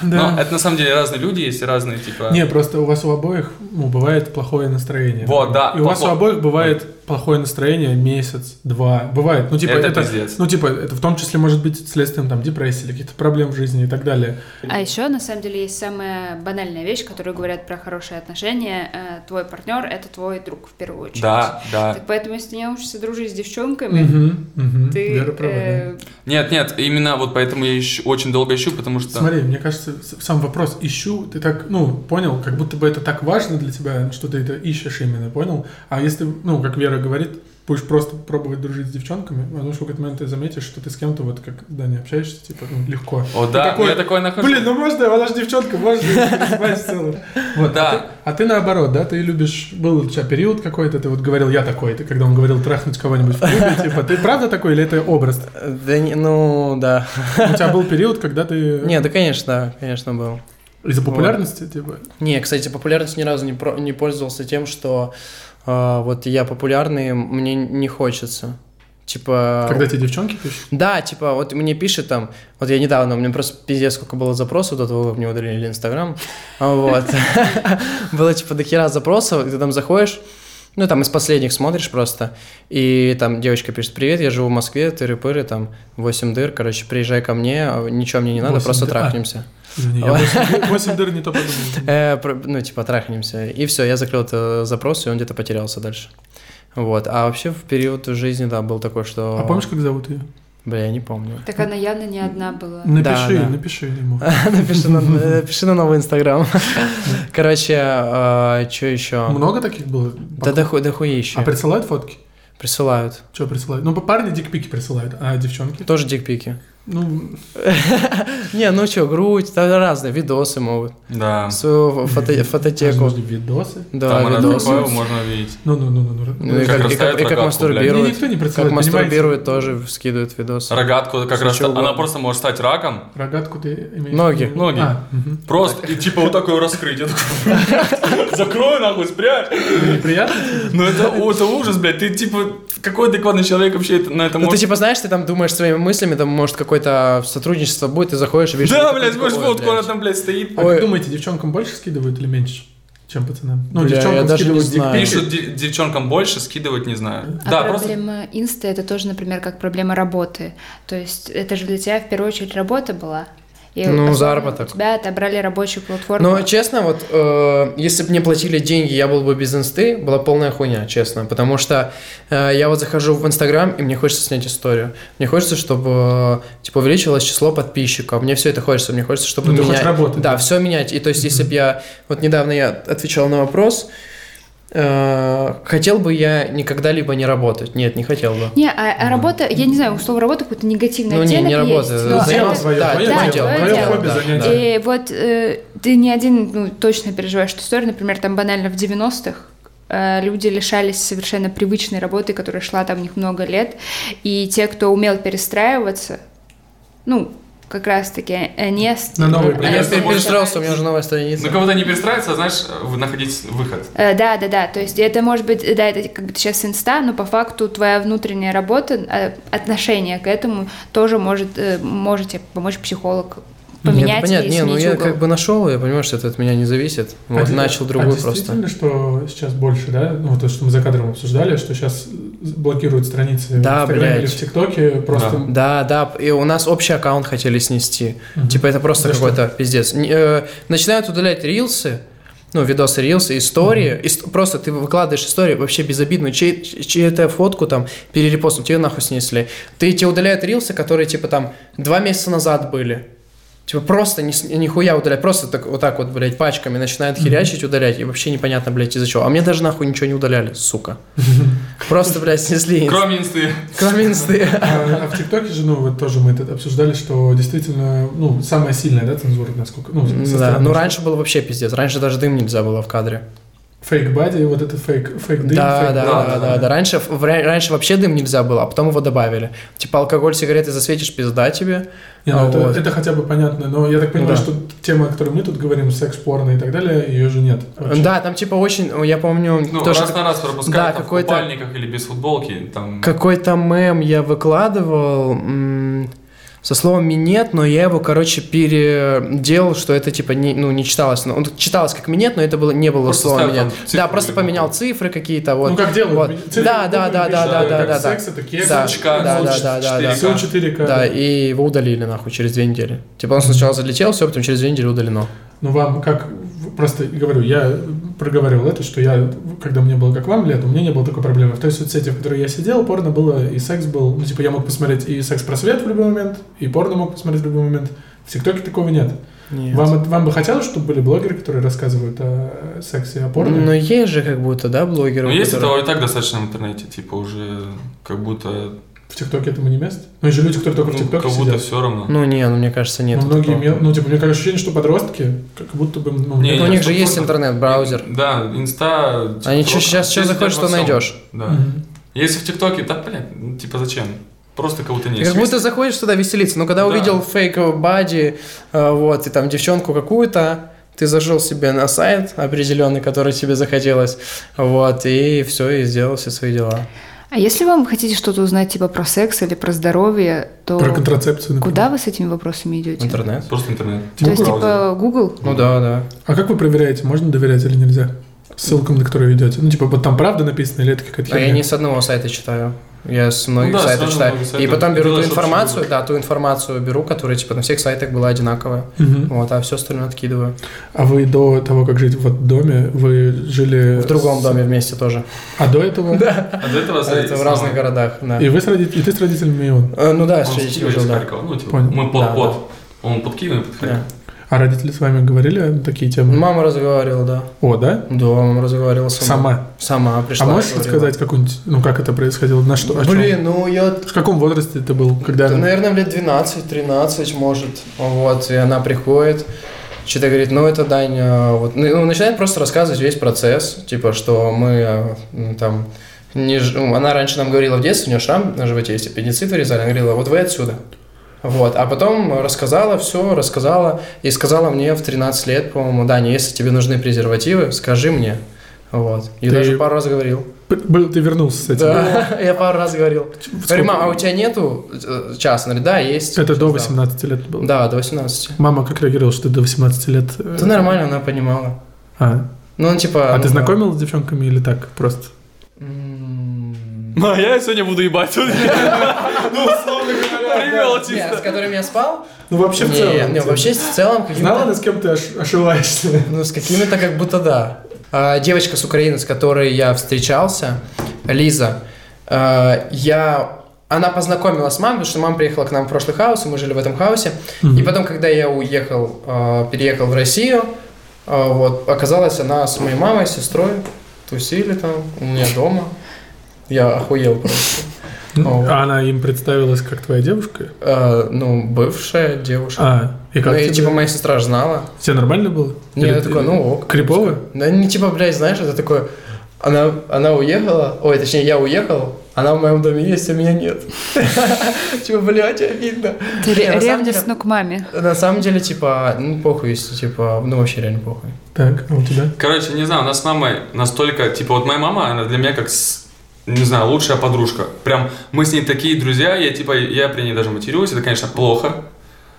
Да. Но это на самом деле разные люди есть, и разные, типа... Не, просто у вас у обоих ну, бывает плохое настроение. Вот, да, И у вас у плохо- обоих бывает плохое настроение месяц, два. Бывает. Ну, типа, Это это, пиздец. ну, типа, это в том числе может быть следствием там депрессии или каких-то проблем в жизни и так далее. А еще, на самом деле, есть самая банальная вещь, которую говорят про хорошие отношения. Э, Твой партнер — это твой друг в первую очередь. Да, да. Так поэтому, если ты не научишься дружить с девчонками, Мгм, мгм. ты... Вера права, да. э, Нет, нет, именно вот поэтому я ищу, очень долго ищу, потому что... Смотри, мне кажется, с- сам вопрос ищу, ты так, ну, понял, как будто бы это так важно для тебя, что ты это ищешь именно, понял? А если, ну, как Вера говорит, будешь просто пробовать дружить с девчонками, потому что в какой-то момент ты заметишь, что ты с кем-то вот как, да, не общаешься, типа, ну, легко. О, Ты да, такой, я такой нахожу. Блин, ну можно, она же девчонка, можно её переспать в целом. Вот, Да. а ты- А ты наоборот, да, ты любишь, был у тебя период какой-то, ты вот говорил, я такой, ты когда он говорил трахнуть кого-нибудь в клубе, типа, ты правда такой или это образ? Да, не- ну, да. У тебя был период, когда ты... Не, да, конечно, да, конечно, был. Из-за популярности, типа, Не, кстати, популярность ни разу не, про- не пользовался тем, что а, вот я популярный, мне не хочется. Типа... когда тебе девчонки пишут? Да, типа, вот мне пишет там, вот я недавно, у меня просто пиздец, сколько было запросов до того, как мне удалили Инстаграм, А вот, было типа до хера запросов, и ты там заходишь, ну, там из последних смотришь просто, и там девочка пишет, привет, я живу в Москве, тыры-пыры, там, 8 дыр, короче, приезжай ко мне, а, ничего мне не надо, Восемь просто дыр, а. трахнемся. Извини, я восемь- восемь дыр не то подумал. Э, про- ну, типа, трахнемся. И все, я закрыл этот э, запрос, и он где-то потерялся дальше. Вот, а вообще в период жизни, да, был такой, что... А помнишь, как зовут ее? Бля, я не помню. Так она явно не одна была. Напиши, да. А, напиши ему. Напиши на, напиши на новый инстаграм. Короче, что еще? Много таких было? Да доху- дохуя А еще. присылают фотки? Присылают. Что присылают? Ну, парни дикпики присылают, а девчонки? Тоже дикпики. Ну, Не, ну что, грудь, да, разные, видосы могут. Да. Свою фото- фототеку. возможно, видосы. Да, Там она видосы. такое можно увидеть. Ну, ну, ну, ну, ну. Ну и Как как, и как- и расставят как рогатку, Мне мастурбируют. никто не Как присылает, понимаете? мастурбируют, тоже скидывают видосы. Рогатку как Всё раз... чё Она угодно. просто может стать раком. Рогатку ты имеешь? Ноги. в виду? Ноги. А, мгм. Просто, и типа вот такое раскрыть. Я такой, Закрой нахуй, спрячь. Неприятно? тебе? Ну это, о, это ужас, блядь. Ты типа, какой адекватный человек вообще это- на это Ну, ты может... типа знаешь, ты там думаешь своими мыслями, там может какое-то а, сотрудничество будет, ты заходишь и видишь... Да, ты такой, блядь, может «Ой, фотку, блядь». она там, блядь, стоит. А Ой. как думаете, девчонкам больше скидывают или меньше, чем пацанам? Ну, Бля, я девчонкам даже не скидывают знаю. дикпики. Пишут де- девчонкам больше, скидывать не знаю. А Да, просто... проблема инста это тоже, например, как проблема работы. То есть это же для тебя в первую очередь работа была. И Ну, условно, заработок. Ну, а У тебя отобрали рабочую платформу. Но честно, вот э, если бы мне платили деньги, я был бы без инсты, была полная хуйня, честно. Потому что э, я вот захожу в Инстаграм, и мне хочется снять историю. Мне хочется, чтобы э, типа увеличилось число подписчиков. Мне все это хочется. Мне хочется, чтобы Ну, ты меня... хочешь работать, Да, да. все менять. И то есть, если бы я. Вот недавно я отвечал на вопрос. э, хотел бы я никогда либо не работать. Нет, не хотел бы. Не, а, а работа, я не знаю, у слова работа какой-то негативный Ну, не, оттенок не работа. есть, но Заниматься это- своё, да, твоё да, дело, твоё твоё дело, хобби да, занятие. да. И вот э, ты не один ну, точно переживаешь эту историю. Например, там банально в 90-х э, люди лишались совершенно привычной работы, которая шла там у них много лет. И те, кто умел перестраиваться, ну, как раз-таки э, они... ост- На новые они Я Понятно, пере- можно- перестроился, у меня уже новая страница. Ну, кого-то не перестраивается, а знаешь, вы- находить выход. Э, Да, да, да. То есть это может быть, э, да, это как бы сейчас инста, но по факту твоя внутренняя работа, э, отношение к этому тоже может, э, может тебе помочь психолог поменять Нет, и понятно, не, ну сменить я угол. как бы нашел, я понимаю, что это от меня не зависит. А Вот де- начал а другую просто. действительно, что сейчас больше, да? Ну, вот то, что мы за кадром обсуждали, что сейчас блокируют страницы Да, в Инстаграме или блядь. в ТикТоке, просто... Да, да, и у нас общий аккаунт хотели снести. Мгм. Типа это просто За что? какой-то пиздец. Не- э, начинают удалять рилсы, ну, видосы, рилсы, истории. Ис- просто ты выкладываешь историю вообще безобидную, чей- чью-то фотку там перерепостом, тебе нахуй снесли. Ты тебе удаляют рилсы, которые типа там два месяца назад были. Типа просто ни, с- нихуя удалять, просто так, вот так вот, блядь, пачками начинают херячить, удалять, и вообще непонятно, блядь, из-за чего. А мне даже нахуй ничего не удаляли, сука. Просто, блядь, снесли. инст- Кроме инсты. Кроме инсты. А, а в ТикТоке же, ну, вот тоже мы это обсуждали, что действительно, ну, самая сильная, да, цензура, насколько, ну, со Да, стороны, ну что раньше было вообще пиздец, раньше даже дым нельзя было в кадре. Фейк-бади, вот это фейк, фейк-дым, Да, да, да, фейк-бади. да, да. Раньше, в- ра- раньше вообще дым нельзя было, а потом его добавили. Типа алкоголь, сигареты засветишь, пизда тебе. Не, ну А это, вот. это хотя бы понятно, но я так понимаю, Да. что тема, о которой мы тут говорим, секс, порно и так далее, ее же нет. вообще. Да, там типа очень, о, я помню, Ну, тоже раз на раз Да, пропускают там, в какой-то- купальниках или без футболки. Там... какой-то мем я выкладывал м, со словом минет, но я его, короче, переделал, что это типа не, ну, не читалось. Ну, он читалось как минет, но это было, не было Просто слово ставил там типа, минет. цифру Да, просто или букву. поменял цифры какие-то. Вот. Ну, как Вот. делают? ми- цифры Да, да, буквы да, да, пишут, да, да, да, как да. Секс это кекс, Да, Сучка, да, сучка, да, да, да, да. 4К. все 4К. Да, да. и его удалили, нахуй, через две недели. Типа он сначала залетел, все, потом через две недели удалено. Ну, вам как... в- Просто говорю, я проговаривал это, что я, когда мне было как вам лет, у меня не было такой проблемы. В той соцсети, в которой я сидел, порно было, и секс был... Ну, типа, я мог посмотреть и секс-просвет в любой момент, и порно мог посмотреть в любой момент. В ТикТоке такого нет. Нет. Вам, это- вам бы хотелось, чтобы были блогеры, которые рассказывают о сексе и о порно? Но Ну, есть же как будто, да, блогеры? Ну, есть которые- этого и так достаточно в интернете, типа уже как будто, В ТикТоке этому не место? Ну, есть же люди, которые только в ну, как ТикТоке будто сидят. все равно. Ну, не, ну, мне кажется, нет. Но многие, такого. мел- ну, типа, мне кажется, ощущение, что подростки, как будто бы, ну, Не, Ну, у не, них же что есть можно. интернет-браузер. Да, инста. Они ТикТок. чё- сейчас что Есть захочешь, что во всем. найдешь. Да. Мгм. Если в ТикТоке, да, понятно, ну, типа зачем? Просто кого-то не Ты как будто заходишь туда веселиться. Но когда Да. увидел фейк бади, э, вот, и там девчонку какую-то, ты зашел себе на сайт определенный, который тебе захотелось, вот, и все, и сделал все свои дела. А если вам хотите что-то узнать типа про секс или про здоровье, то Про контрацепцию, например. куда вы с этими вопросами идете? Интернет. Просто интернет. То есть браузер. типа Google? Ну да, да. А как вы проверяете, можно доверять или нельзя? Ссылкам, на которые идете. Ну, типа, вот там правда написано или это какая-то А я херня? не с одного сайта читаю. Я с многих Ну да, сайтов сразу читаю. много и сайтов. потом беру ту Делаешь информацию, общий да, ту информацию беру, которая типа на всех сайтах была одинаковая. Мгм. Вот, а все остальное откидываю. А вы до того, как жить в доме, вы жили... В другом с- доме вместе тоже. А до этого? Да. А до этого ну, Это в разных городах, да. И вы с родителями, и ты с родителями, и он. Э, Ну да, Он с с родителями Киева жил, из да. Харькова. Ну, типа, Понял. мы Да, под под. Он под Киевом, я под Да. Харьков. А родители с вами говорили на такие темы? Мама разговаривала, да. О, да? Да, мама разговаривала сама. Сама. Сама А пришла. можешь говорила. рассказать какую-нибудь, ну, как это происходило, на что, о чем? Блин, ну я В каком возрасте ты был, когда... Да, наверное, лет 12-13, может. Вот, и она приходит, что-то говорит, ну это Дань, а, вот, ну, начинает просто рассказывать весь процесс, типа, что мы а, м, там, не ж- ну, она раньше нам говорила в детстве, у нее шрам на животе есть, аппендицит вырезали, она говорила, вот вы отсюда. Вот, а потом рассказала все, рассказала, и сказала мне в 13 лет, по-моему, Даня, если тебе нужны презервативы, скажи мне. Вот. И Ты- даже пару раз говорил. П- Был, ты вернулся с этим? Да, я пару раз говорил. Сколько- Говорю, мам, а у тебя нету э, час? Она говорит, да, есть. Это до Да. 18 лет было? Да, до 18. Мама как реагировала, что ты до 18 лет? э, Да нормально, она понимала. А, Ну, он типа... а ну, ты да. знакомил с девчонками или так просто? М, Ну, а я сегодня буду ебать. Ну, условно говоря, привел не, С чисто. которым я спал? Ну, Типа. вообще в Не, целом. не, типа. вообще в целом Знала, каким-то... она с кем ты ош- ошиваешься? Ну, с какими-то как будто да. А, девочка с Украины, с которой я встречался, Лиза, а, я... Она познакомила с мамой, потому что мама приехала к нам в прошлый хаус, и мы жили в этом хаусе. И потом, когда я уехал, э, переехал в Россию, э, вот, оказалось, она с моей мамой, с сестрой тусили там у меня дома. Я охуел просто. А она им представилась как твоя девушка? Э, Ну, бывшая девушка. А, и как Ну, и тебе? типа моя сестра ж знала. Тебе нормально было? Не, Или я ты- такой, ну ок. Крипово? Да не типа, блядь, знаешь, это такое... Она, она уехала, ой, точнее, я уехал, она в моем доме есть, а меня нет. Типа, блядь, обидно. Ты Не, на самом ревность, ну. деле- но к маме. На самом деле, типа, ну, похуй, если, типа, ну, вообще реально похуй. Так, а у тебя? Короче, не знаю, у нас с мамой настолько... Типа, вот моя мама, она для меня как, с- не знаю, лучшая подружка. Прям мы с ней такие друзья, я типа, я при ней даже матерюсь, это, конечно, плохо.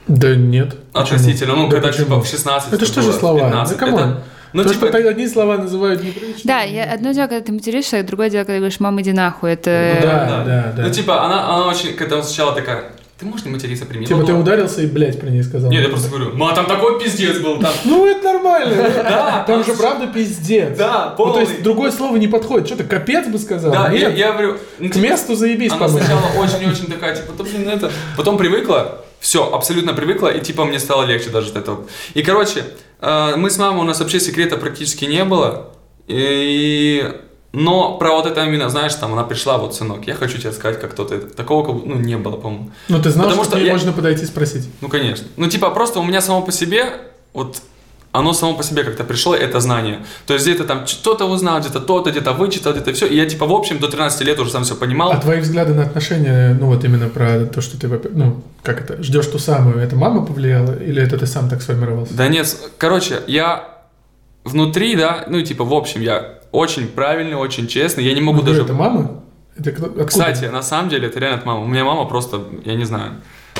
Да нет. Относительно, ну, Да когда почему? типа в 16 Это что же было, в слова? 15. Да камон. Это- Ну, То, типа, что так одни слова называют неприличными. Да, я, одно дело, когда ты материшься, а другое дело, когда говоришь, мама, иди нахуй. Ну Это... да, да, да. Ну, типа, она, она очень, когда сначала такая, ты можешь не материться при мне? Типа Ну, ты ладно». ударился и, блядь, про ней сказал. Нет, я просто говорю, ну, а там такой пиздец был, там. Ну это нормально. Да, там потому же что- правда пиздец. Да, Ну, то полный. есть другое слово не подходит. Что ты капец бы сказал? Да, я, Нет, я говорю, ну, к типа, месту заебись, Она по-моему. сначала очень-очень такая, типа, да блин, это... Потом привыкла, все, абсолютно привыкла, и типа мне стало легче даже от этого. И, короче, э, мы с мамой, у нас вообще секрета практически не было, и... Но про вот это именно, знаешь, там она пришла, вот, сынок, я хочу тебе сказать, как кто-то это. Такого, как бы, ну, не было, по-моему. Ну ты знал, Потому что к что ней я- можно подойти и спросить. Ну, конечно. Ну, типа, просто у меня само по себе, вот, оно само по себе как-то пришло, это знание. То есть где-то там что-то узнал, где-то то-то, где-то вычитал, где-то все. И я, типа, в общем, до 13 лет уже сам все понимал. А твои взгляды на отношения, ну вот именно про то, что ты, во-пе- ну, как это, ждешь ту самую, это мама повлияла или это ты сам так сформировался? Да нет, с- короче, я внутри, да, ну типа в общем, я очень правильный, очень честный, я не могу Ну, даже... Это мама? Это кто- откуда? Кстати, на самом деле это реально от мамы. У меня мама просто, я не знаю,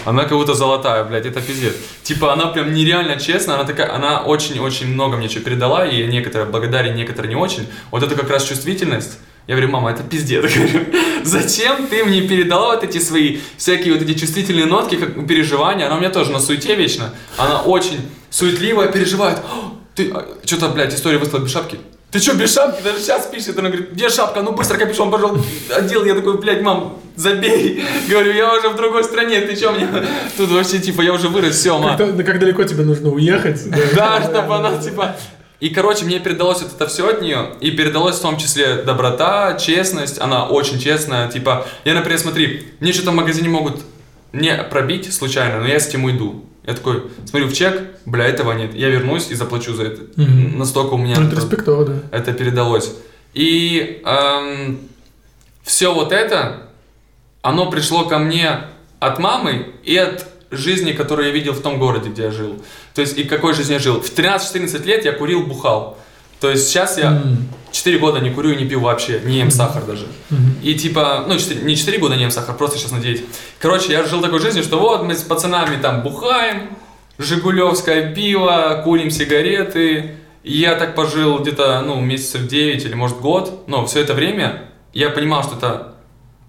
она как будто золотая, блядь, это пиздец. Типа она прям нереально честная, она такая, она очень-очень много мне чего передала, и я некоторые благодарен, некоторые не очень. Вот это как раз чувствительность. Я говорю, мама, это пиздец. Я говорю, Зачем ты мне передала вот эти свои всякие вот эти чувствительные нотки, как переживания? Она у меня тоже на суете вечно. Она очень суетливая, переживает. «О, Ты что-то, блядь, история вышла без шапки. Ты что, без шапки? Даже сейчас пишет. Она говорит, где шапка? Ну быстро капюшон, пожалуй, одел. Я такой, блядь, мам, забей. Говорю, я уже в другой стране, ты чё мне? Тут вообще, типа, я уже вырос, все, ма. Как, то- да как далеко тебе нужно уехать? да. Да, чтобы она, типа... И, короче, мне передалось вот это все от нее, и передалось в том числе доброта, честность, она очень честная, типа, я, например, смотри, мне что-то в магазине могут не пробить случайно, но я с этим уйду. Я такой, смотрю в чек, бля, этого нет, я вернусь и заплачу за это. Мгм. Настолько у меня Ну, это это- респектово, да. это передалось. И все вот это, оно пришло ко мне от мамы и от жизни, которую я видел в том городе, где я жил. То есть, и какой жизни я жил. В 13-14 лет я курил, бухал. То есть, сейчас я М. 4 года не курю и не пью вообще, не ем сахар даже. Мгм. И типа, ну, четыре- не 4 года не ем сахар, просто сейчас надеюсь. Короче, я жил такой жизнью, что вот мы с пацанами там бухаем, жигулевское пиво, курим сигареты. И я так пожил где-то, ну, месяцев 9 или, может, год. Но все это время я понимал, что это...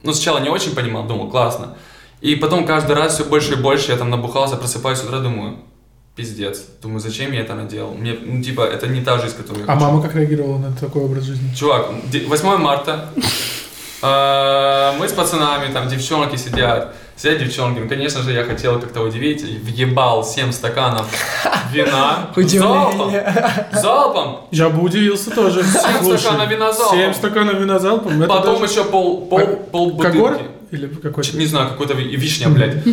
Ну, сначала не очень понимал, думал, классно. И потом каждый раз все больше и больше я там набухался, просыпаюсь с утра, думаю, пиздец. Думаю, зачем я это наделал? Мне, ну, типа, это не та жизнь, которую я А хочу. мама как реагировала на такой образ жизни? Чувак, де- 8 марта. Э, Мы с пацанами, там девчонки сидят. Сидят девчонки. Ну, конечно же, я хотел как-то удивить. и Въебал 7 стаканов вина. А Залпом. Залпом. Я бы удивился тоже. Семь Слушай, стаканов вина залпом. Семь стаканов вина залпом. Ну, это Потом даже- еще пол, пол, Как- пол Когор? бутылки. Или какой-то? Не знаю, какой-то ви- вишня, блядь. Э,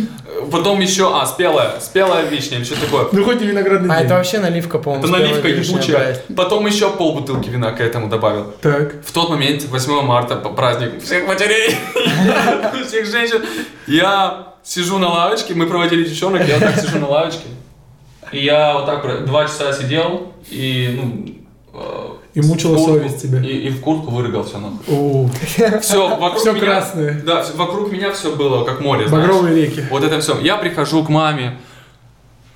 Потом еще, а, спелая, спелая вишня или что такое. Ну, хоть не виноградный А день. это вообще наливка, по-моему. Это спелая наливка вишня, ебучая. блядь. Потом еще пол бутылки вина к этому добавил. Так. В тот момент, 8 марта, по- праздник всех матерей, всех женщин, я сижу на лавочке, мы проводили девчонок, я вот так сижу на лавочке. И я вот так про- два часа сидел и, ну, э, И мучила в куртку- совесть тебя. И, и в куртку вырыгал все нахуй. О, Все, вокруг Всё меня- красное. Да, всё- вокруг меня все было, как море, знаешь. багровые реки. Вот это все. Я прихожу к маме,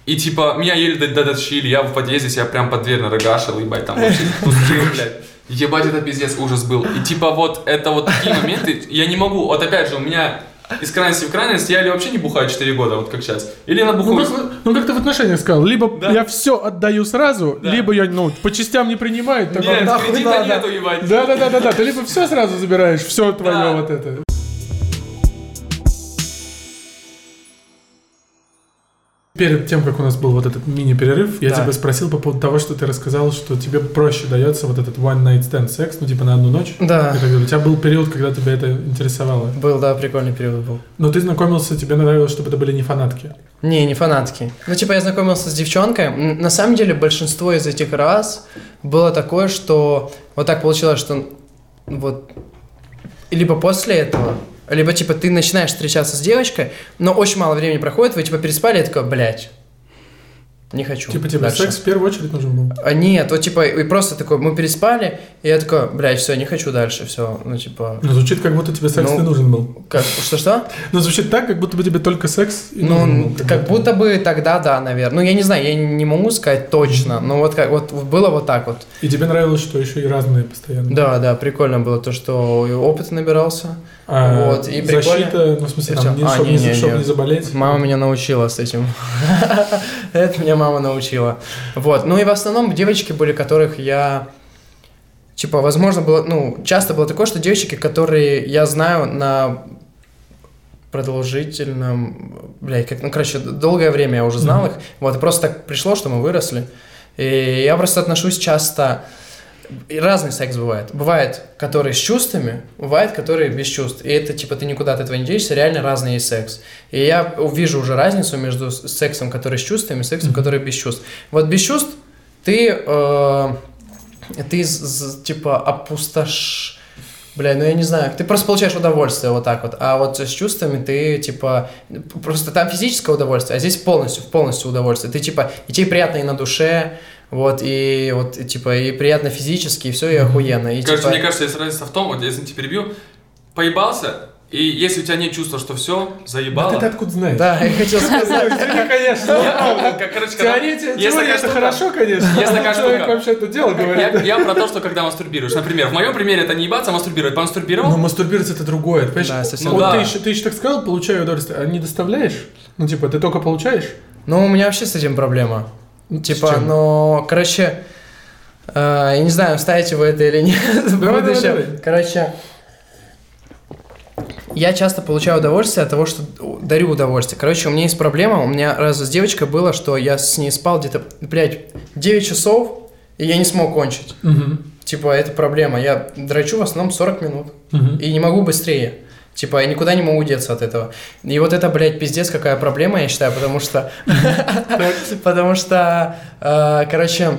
и типа, меня еле до- до- дотащили, я в подъезде себя прям под дверь нарыгашил, ебать, там вообще тусил, блядь. Ебать, это пиздец, ужас был. И типа вот это вот такие моменты, я не могу, вот опять же, у меня из крайности в крайность, я или вообще не бухаю 4 года, вот как сейчас, или на Ну буху. как, вы- ну, как ты в отношениях сказал, либо Да. я все отдаю сразу, Да. либо я ну, по частям не принимаю. так вот Нет, нахуй кредита надо. нету, ебать. Да, да, да, да, да. Ты либо все сразу забираешь, все твое Да. вот это. Перед тем, как у нас был вот этот мини-перерыв, я Да. тебя спросил по поводу того, что ты рассказал, что тебе проще дается вот этот one night stand секс, ну типа на одну ночь. Да. И так далее. У тебя был период, когда тебя это интересовало. Был, да, прикольный период был. Но ты знакомился, тебе нравилось, чтобы это были не фанатки. Не, не фанатки. Ну, типа, я знакомился с девчонкой. М, На самом деле, большинство из этих раз было такое, что вот так получилось, что вот либо после этого, либо, типа, ты начинаешь встречаться с девочкой, но очень мало времени проходит, вы, типа, переспали, я такой, блядь, не хочу. Типа тебе дальше». секс в первую очередь нужен был. А нет, вот, типа, и просто такой, мы переспали, и я такой, блядь, все, не хочу дальше, все, ну, типа... Ну, звучит, как будто тебе секс Ну. не нужен был. Как, что-что? Ну, звучит так, как будто бы тебе только секс и нужен Ну, был, как будто бы тогда да, наверное. Ну, я не знаю, я не могу сказать точно, но вот как вот было вот так вот. И тебе нравилось, что еще и разные постоянно. Да, да, прикольно было то, что и опыт набирался. А Вот, и прикольно. защита, ну, в смысле, там, Причем- не, а, чтобы, не, не-не-не. чтобы не заболеть. Мама меня научила с этим. Это меня мама научила. Вот. Ну и в основном девочки были, которых я... Типа, возможно, было... Ну, часто было такое, что девочки, которые я знаю на продолжительном... Блядь, как... Ну, короче, д- долгое время я уже знал их. Вот, и просто так пришло, что мы выросли. И я просто отношусь часто... И разный секс бывает. Бывает, который с чувствами, бывает, который без чувств. И это, типа, ты никуда от этого не денешься, реально разный есть секс. И я увижу уже разницу между с- сексом, который с чувствами, и сексом, который без чувств. Вот без чувств ты, э, ты, з- з- типа, опустошь... Бля, ну я не знаю, ты просто получаешь удовольствие вот так вот, а вот с чувствами ты, типа, просто там физическое удовольствие, а здесь полностью, полностью удовольствие. Ты, типа, и тебе приятно и на душе, вот, и вот, и, типа, и приятно физически, и все, и охуенно. И, Короче, типа, мне кажется, есть разница в том, вот если я тебя перебью, поебался, и если у тебя нет чувства, что все, Да заебало. ты откуда знаешь? Ну, Да, я хотел сказать. Извини, конечно. Я- как- короче, когда- Теория, есть такая теория это штука. хорошо, конечно. Есть такая Человек штука. вообще это дело Я, говорит. я про то, что когда мастурбируешь. Например, в моем примере это не ебаться, а мастурбировать. Помастурбировал? Но мастурбировать Ну, это другое, ты понимаешь? Да, совсем Вот да. ты, еще, ты еще так сказал, получаю удовольствие, а не доставляешь? Ну, типа, ты только получаешь? Ну, у меня вообще с этим проблема. Ну, с Типа, чем? но, короче, э, я не знаю, вставите вы это или нет. в Давай, давай, будущем. давай. Короче, я часто получаю удовольствие от того, что дарю удовольствие. Короче, у меня есть проблема, у меня раз с девочкой было, что я с ней спал где-то, блядь, 9 часов, и я не смог кончить. Мгм. Типа, это проблема. Я дрочу в основном 40 минут. Мгм. И не могу быстрее. Типа, я никуда не могу деться от этого. И вот это, блядь, пиздец, какая проблема, я считаю, потому что... Потому что, э, короче,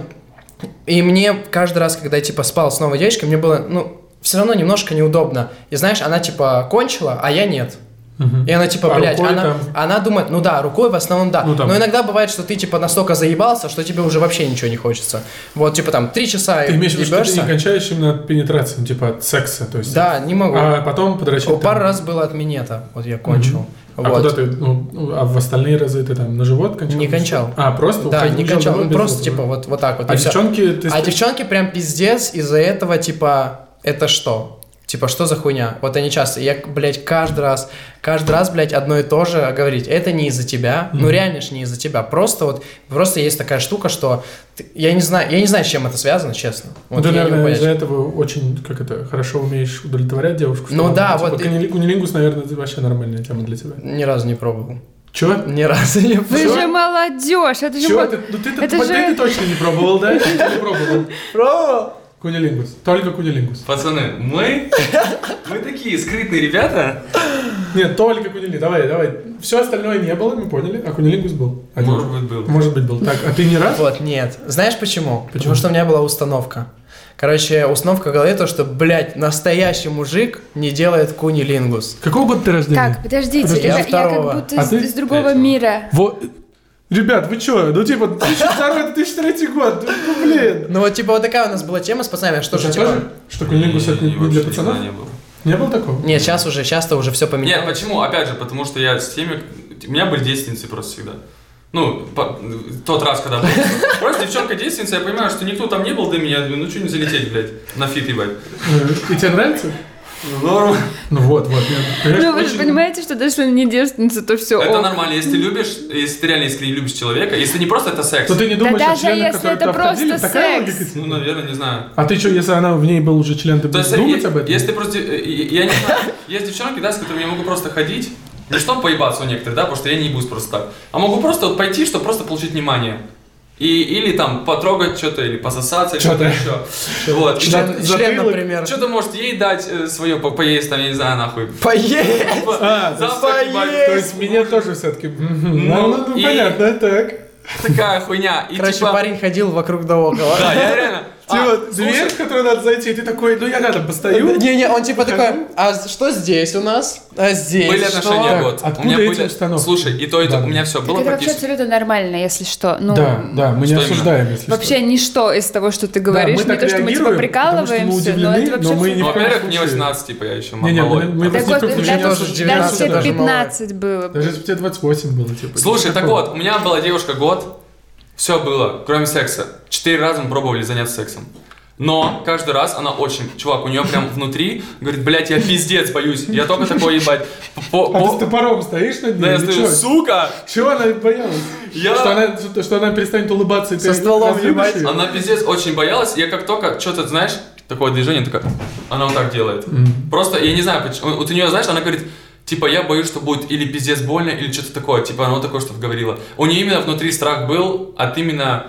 и мне каждый раз, когда я, типа, спал с новой девочкой, мне было, ну, все равно немножко неудобно. И знаешь, она, типа, кончила, а я нет. Мгм. И она типа, А блядь, рукой она, там? она думает, ну да, рукой в основном да. Ну, там- Но иногда бывает, что ты типа настолько заебался, что тебе уже вообще ничего не хочется. Вот, типа там, три часа Ты имеешь в виду, что ты ебешься. не кончаешь именно от пенетрации, ну, типа от секса, то есть. Да, не могу. А потом подрочить. О, там. Пару раз было от минета, вот я кончил. А Вот. куда ты, ну, ну, а в остальные разы ты там на живот кончал? Не кончал. А, просто? Да, уходил не на кончал, живот ну без просто этого? типа вот, вот так вот. А и всё. девчонки, ты... а девчонки прям пиздец из-за этого, типа, это что? Типа, что за хуйня? Вот они часто, я, блядь, каждый раз, каждый раз, блядь, одно и то же говорить. Это не из-за тебя, ну Мгм. реально ж не из-за тебя. Просто вот, просто есть такая штука, что ты- я не знаю, я не знаю, с чем это связано, честно. Ну, Вот ты, я не могу наверное, понять. из-за этого очень, как это, хорошо умеешь удовлетворять девушку. что Ну она, да, типа, вот и- канили- Кунилингус, наверное, это вообще нормальная тема для тебя. Ни разу не пробовал. Чё? Ни разу не Вы пробовал. же молодежь, это же Чё? типа, мо- Ты, ну, ты, ты, это ты- же- ты точно не пробовал, да? Ты не пробовал. Пробовал? Кунилингус. Только кунилингус. Пацаны, мы... Мы такие скрытные ребята. Нет, только кунилингус. Давай, давай. Все остальное не было, мы поняли. А кунилингус был. Один. Может быть, был. Может быть, был. Так, а ты не раз? Вот, нет. Знаешь почему? Почему? Потому что у меня была установка. Короче, установка в голове то, что, блядь, настоящий мужик не делает кунилингус. Какого года ты рождения? Так, подождите, это- Я я, второго. как будто А из, ты из другого третьего. мира. Вот. Ребят, вы чё? Ну, типа, 2002-2003 год. Ну, блин. Ну вот, типа, вот такая у нас была тема с пацанами, что же, Что, типа... тоже? Что кунилингус это не- не для пацанов? Не было такого? Нет, сейчас уже, сейчас-то уже все Нет, поменялось. почему? Опять же, потому что я с теми... У меня были девственницы просто всегда. Ну, по- тот раз, когда был. Просто девчонка девственница, я понимаю, что никто там не был до меня. Ну, что не залететь, блядь, на фит ебать. Э, И тебе нравится? Ну, норм. Ну вот, вот. нет, понимаешь, Ну, вы же очень- понимаете, что даже если не девственница, то все. Это нормально, если ты любишь, если ты реально искренне любишь человека, если не просто это секс. То ты не думаешь, Да о даже членах, если которые это туда входили? просто Такая секс. логика Ну, тебе? наверное, не знаю. А ты что, если она в ней был уже член, ты То будешь есть, думать е- об этом? если ты просто... э, э, Я не знаю, есть девчонки, да, с которыми я могу просто ходить, ну, чтобы поебаться у некоторых, да, потому что я не ебусь просто так. А могу просто вот пойти, чтобы просто получить внимание. И, или там потрогать что-то, или пососаться, или что-то Чё-то. еще. Вот. Член, За- член, затылок. например. Что-то может ей дать э, свое, по- поесть там, я не знаю, нахуй. Поесть! А, то есть- Завтрак, ебать, то есть меня тоже все-таки... Ну, Ну, ну, и- понятно, так. такая хуйня. И Короче, типа- парень ходил вокруг да около. Да, я реально... А, Типа, дверь, в которую надо зайти, и ты такой, ну я рядом постою. Не-не, он типа такой, а что здесь у нас? А здесь Были что?» отношения, вот. Откуда эти установки? Слушай, и то, и то. Да. У меня все было Это вообще практически. абсолютно нормально, если что. Ну, Да, да, мы не Что осуждаем, если что. Вообще ничто из того, что ты Да, говоришь, мы не так то, что мы типа реагируем, потому что мы прикалываемся, но удивлены, это вообще но мы абсолютно- ни Ну, в коем во-первых, мне случае. 18, типа, я еще Не-не, малой. мы- мы А просто- Так ты- Никто вот, включил, даже- даже с даже 19 тебе даже малое. 15 было. бы. Даже если бы тебе 28 было, типа. Слушай, ничего так такого. вот, у меня была девушка год, все было, кроме секса. Четыре раза мы пробовали заняться сексом. Но каждый раз она очень, чувак, у нее прям внутри, говорит, блядь, я пиздец боюсь, я только такой ебать. По- А ты по- с топором стоишь над ней? Да я или стою, чё? сука! Чего она боялась? Я- Что, она, что, что она перестанет улыбаться и Со стволом разъебешь ебать. её? Она пиздец очень боялась, я как только что-то, знаешь, такое движение, такая, она вот так делает. М. Просто, я не знаю, почему, вот у нее, знаешь, она говорит, типа, я боюсь, что будет или пиздец больно, или что-то такое, типа, она вот такое что-то говорила. У нее именно внутри страх был от именно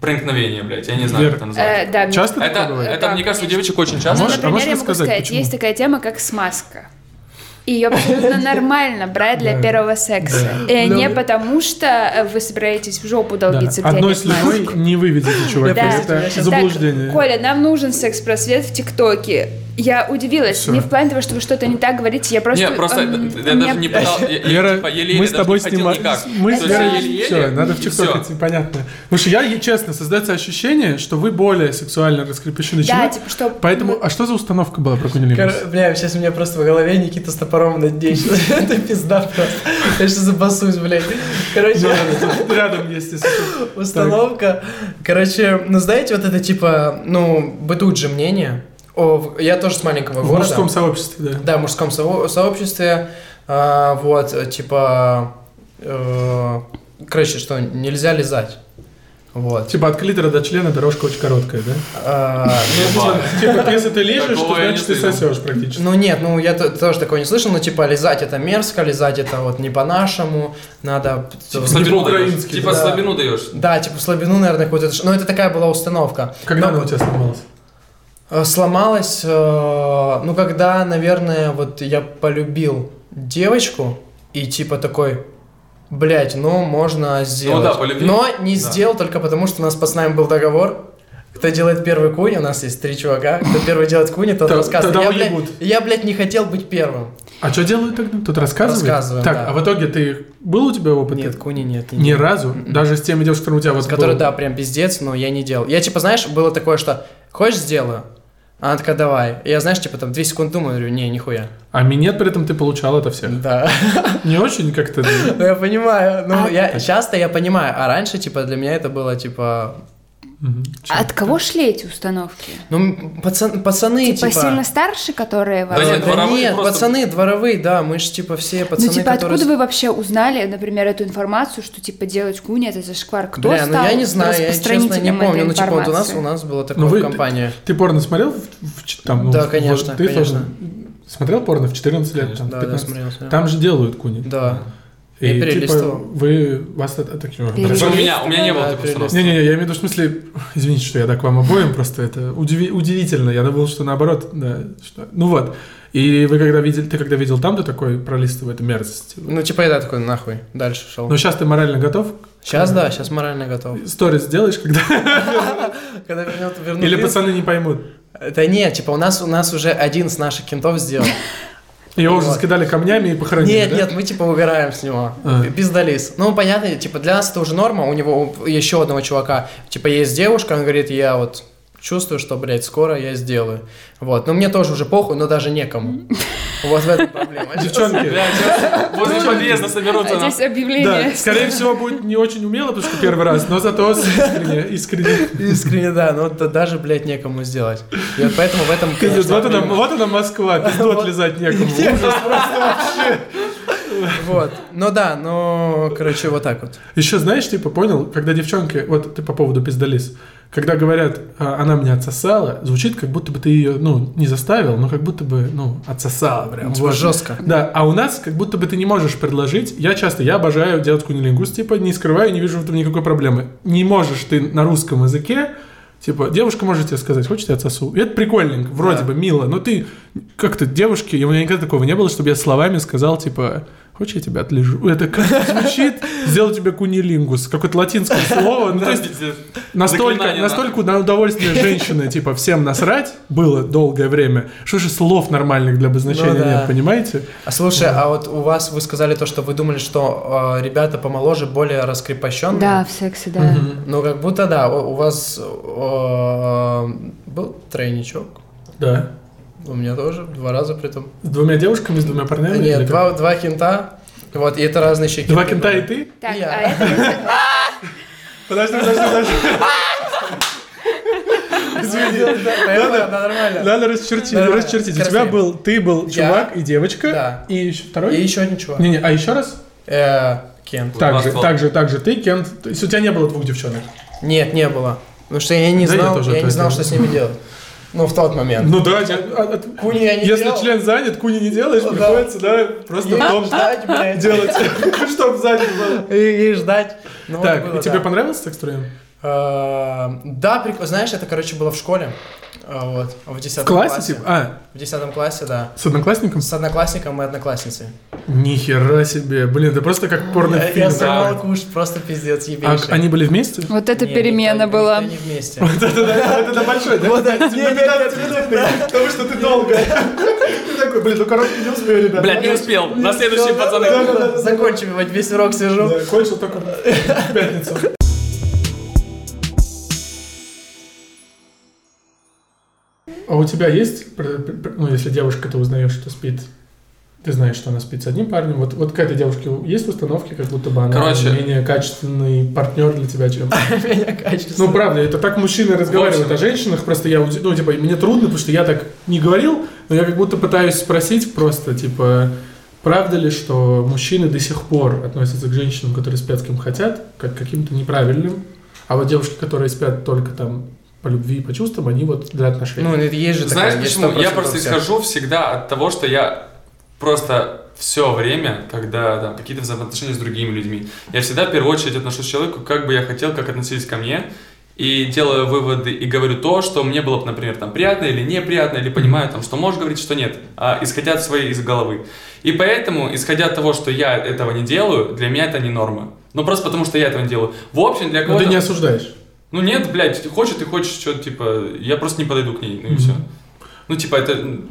проникновения, блядь, я не знаю, как это называется. Э, да, мне- Часто такое Это, бывает? это, мне кажется, у девочек очень Ну, А часто. можешь- например, я могу рассказать, сказать, почему? есть такая тема, как смазка. И ее абсолютно нормально брать для Да. первого секса. Да. Э, Не Да. потому, что э, вы собираетесь в жопу Да. долбиться, где Одной нет смазки. слюной не выведете, чуваки. Да. Это Так, заблуждение. Коля, нам нужен секс-просвет в ТикТоке. Я удивилась. Всё. Не в плане того, что вы что-то не так говорите, я просто... Нет, просто эм, я у меня- даже не пытался, я, я, Лера, типа, еле-еле мы с даже тобой не хотел снимаем. никак. Мы с То Это- есть я Лерой еле-еле, всё, надо в типа. и ТикТок всё. идти, понятно. Потому что я, е- честно, создается ощущение, что вы более сексуально раскрепощены, чем Да, я. типа, что... Поэтому, а что за установка была про кунилингус? Кор- Бля, сейчас у меня просто в голове Никита с топором над ней. Это пизда просто. Я сейчас забасусь, блядь. Ну, Короче, ладно, тут Рядом есть, если что. Установка. Короче, ну знаете, вот это типа, ну, бытует же мнение. О, в- я тоже с маленького В города. мужском сообществе, да. Да, в мужском со- сообществе. а, вот, э, типа, э, короче, что нельзя лизать. Вот. Типа от клитора до члена дорожка очень короткая, да? А, Ебать. Типа, если ты лежишь, то Такого я не значит ты слышал. сосешь практически. Ну нет, ну я то- тоже такого не слышал, но типа лизать это мерзко, лизать это вот не по-нашему, надо... Типа слабину даешь. по-украински, Типа да. слабину даешь. Да, типа слабину, наверное, какую-то... ш- Но это такая была установка. Когда Но, она у тебя сломалась? э, Сломалась, э, ну когда, наверное, вот я полюбил девочку и типа такой... Блять, ну можно сделать. да, полюбил. Но не Да. сделал только потому, что у нас с нами был договор. Кто делает первый куни, у нас есть три чувака. Кто первый делает куни, тот Т- рассказывает. тогда Я, блядь, уебут. я, блядь, не хотел быть первым. А что делают тогда? Тут рассказывают? Рассказываем, Так, да. а в итоге ты... Был у тебя опыт? Нет, куни нет. не Ни делал. разу? Даже с теми девушками, которые у тебя вот Который, был? да, прям пиздец, но я не делал. Я, типа, знаешь, было такое, что «Хочешь, сделаю?» Она такая «Давай». Я, знаешь, типа, там, две секунды думаю, говорю «Не, нихуя». А минет при этом ты получал это всех? Да. Не очень как-то... Ну, я понимаю. Ну, А- я часто я понимаю. А раньше, типа, для меня это было, типа... Мгм. А От кого шли эти установки? Ну, м, пацан- Ну, пацаны, типа... Типа сильно старше, которые Да э, вас... нет, дворовые нет, просто- пацаны дворовые, да, мы же, типа, все Ну, пацаны, типа, которые... откуда Вы вообще узнали, например, эту информацию, что типа делать куни это зашквар? Кто Бля, стал ну я не знаю, я честно не распространителем этой помню. Ну, типа, вот у нас, информации? у нас было такое Ну, вы- в компании. Ты порно смотрел? в- в ч- там, ну, Да, в- конечно, вот ты конечно. тоже Смотрел порно в 14 лет? там, Да, да, 15? смотрел. смотрел. Там же делают куни. Да. Я типа, перелистывал. вы... Вас от- от- Причем у Перелистывал. меня, у меня не было Да, такой установки. Не-не-не, я имею в виду, в смысле, извините, что я так вам обоим, просто это удиви- удивительно. Я думал, что наоборот, да. что- Ну вот. И вы когда видели, ты когда видел там, ты такой пролистывай эту мерзость. Ну, типа, я такой, нахуй, дальше шел. Но сейчас ты морально готов? Сейчас, да, сейчас морально готов. Сторис сделаешь, когда... Когда вернет, вернут Или вилку- пацаны не поймут. Да нет, типа у нас у нас уже один из наших кентов сделал. Его уже Вот. скидали камнями и похоронили, Нет, да? нет, мы типа угораем с него. А. Пиздалис. Ну, понятно, типа для нас это уже норма. У него у еще одного чувака, типа есть девушка, он говорит, я вот чувствую, что, блядь, скоро я сделаю. Вот. Но мне тоже уже похуй, но даже некому. Вот в этом проблема. Девчонки, Бля, сейчас возле подъезда соберутся. А нам. здесь объявление. да, скорее всего, будет не очень умело, потому что первый раз, но зато искренне, искренне. Искренне, да, но да- даже, блядь, некому сделать. И вот поэтому в этом... Пиздец, конечно, вот она, вот она Москва, пиздот Вот. лизать некому. Ужас. Вот. Ну да, ну, короче, вот так вот. Еще знаешь, типа, понял, когда девчонки, вот ты по поводу пиздолис, когда говорят, «А, она меня отсосала, звучит, как будто бы ты ее, ну, не заставил, но как будто бы, ну, отсосала прям. Типа вот. жестко. Да, а у нас как будто бы ты не можешь предложить. Я часто, я обожаю делать кунилингус, типа, не скрываю, не вижу в этом никакой проблемы. Не можешь ты на русском языке, типа, девушка может тебе сказать, хочешь я отсосу? И это прикольненько, вроде Да. бы, мило, но ты как-то девушке, и у меня никогда такого не было, чтобы я словами сказал, типа, хочешь я тебя отлежу? Это как звучит, сделал тебе кунилингус, какое-то латинское слово, ну, то есть Пиздец. Настолько, Заклинание, настолько на удовольствие женщины, типа, всем насрать было долгое время, что же слов нормальных для обозначения Ну да. нет, понимаете? А слушай, а вот у вас вы сказали то, что вы думали, что э, ребята помоложе более раскрепощенные. Да, в сексе, да. Ну, как будто да, у, у вас э, был тройничок. Да. У меня тоже, два раза при этом. С двумя девушками, с двумя парнями? или Нет, как? два, два кента. Вот, и это разные еще Два кенты кента и были. ты? Так, Я. а это... Подожди, подожди, подожди. Да, поэтому да, нормально. Надо расчертить, Нормально. расчертить. У тебя Красиво. был, ты был Я. чувак и девочка. Да. И еще И второй? еще один чувак. Не-не, а еще раз? Э, Кент. Так же, вас так же, так же ты, Кент. То есть у тебя не было двух девчонок? Нет, не было. Потому что я не Да, я знал, тоже я не это знал, делал. что с ними делать. Ну, в тот момент. Ну да, я- а- а- Куни я не если делал. член занят, куни не делаешь, Ну да. приходится, да, просто Ну, в Ей том ждать, блядь. делать, чтобы занят был. И, и ждать. Ну, вот Так, было, и тебе да. понравился секс втроем? Э, Да, прик- знаешь, это, короче, было в школе. Э, Вот, в 10 В классе, типа? А, В 10 классе, да. с одноклассником? С одноклассником и одноклассницей. Нихера себе. Блин, это просто как Ну, Ну, Я, я порнофильм. сорвал куш, просто пиздец, А ебейший. они были вместе? Вот это Не, ну, перемена никто- была. никто не вместе. Это на большой, да? Вот, не, не, Потому что ты долго. Ты такой, блин, ну короткий не успею, ребят. Блядь, не успел. На следующий, пацаны. не, Закончим, вот весь урок сижу. Да, Кончил только в пятницу. А у тебя есть, пр- пр- пр- ну, если девушка, ты узнаешь, что спит, ты знаешь, что она спит с одним парнем, вот, вот к этой девушке есть установки, как будто бы она Короче. менее качественный партнер для тебя, чем... Меня качество. Ну, правда, это так мужчины разговаривают о женщинах, просто я, уди- ну, типа, мне трудно, потому что я так не говорил, но я как будто пытаюсь спросить просто, типа, правда ли, что мужчины до сих пор относятся к женщинам, которые спят с кем хотят, как к каким-то неправильным? А вот девушки, которые спят только там по любви и по чувствам, они вот для отношений. Ну, это есть же такая, Знаешь есть почему? Я 100% просто у всех. исхожу всегда от того, что я просто все время, когда там какие-то взаимоотношения с другими людьми, я всегда в первую очередь отношусь к человеку, как бы я хотел, как относились ко мне, и делаю выводы и говорю то, что мне было бы, например, там приятно или неприятно, или понимаю там, что можешь говорить, что нет, а, исходя от своей из головы. И поэтому, исходя от того, что я этого не делаю, для меня это не норма. Ну просто потому, что я этого не делаю. В общем, для Но кого-то... Ну, ты не осуждаешь. Ну нет, блядь, ты хочешь, ты хочешь, что типа, я просто не подойду к ней, ну и Мгм. все. Ну типа это... м,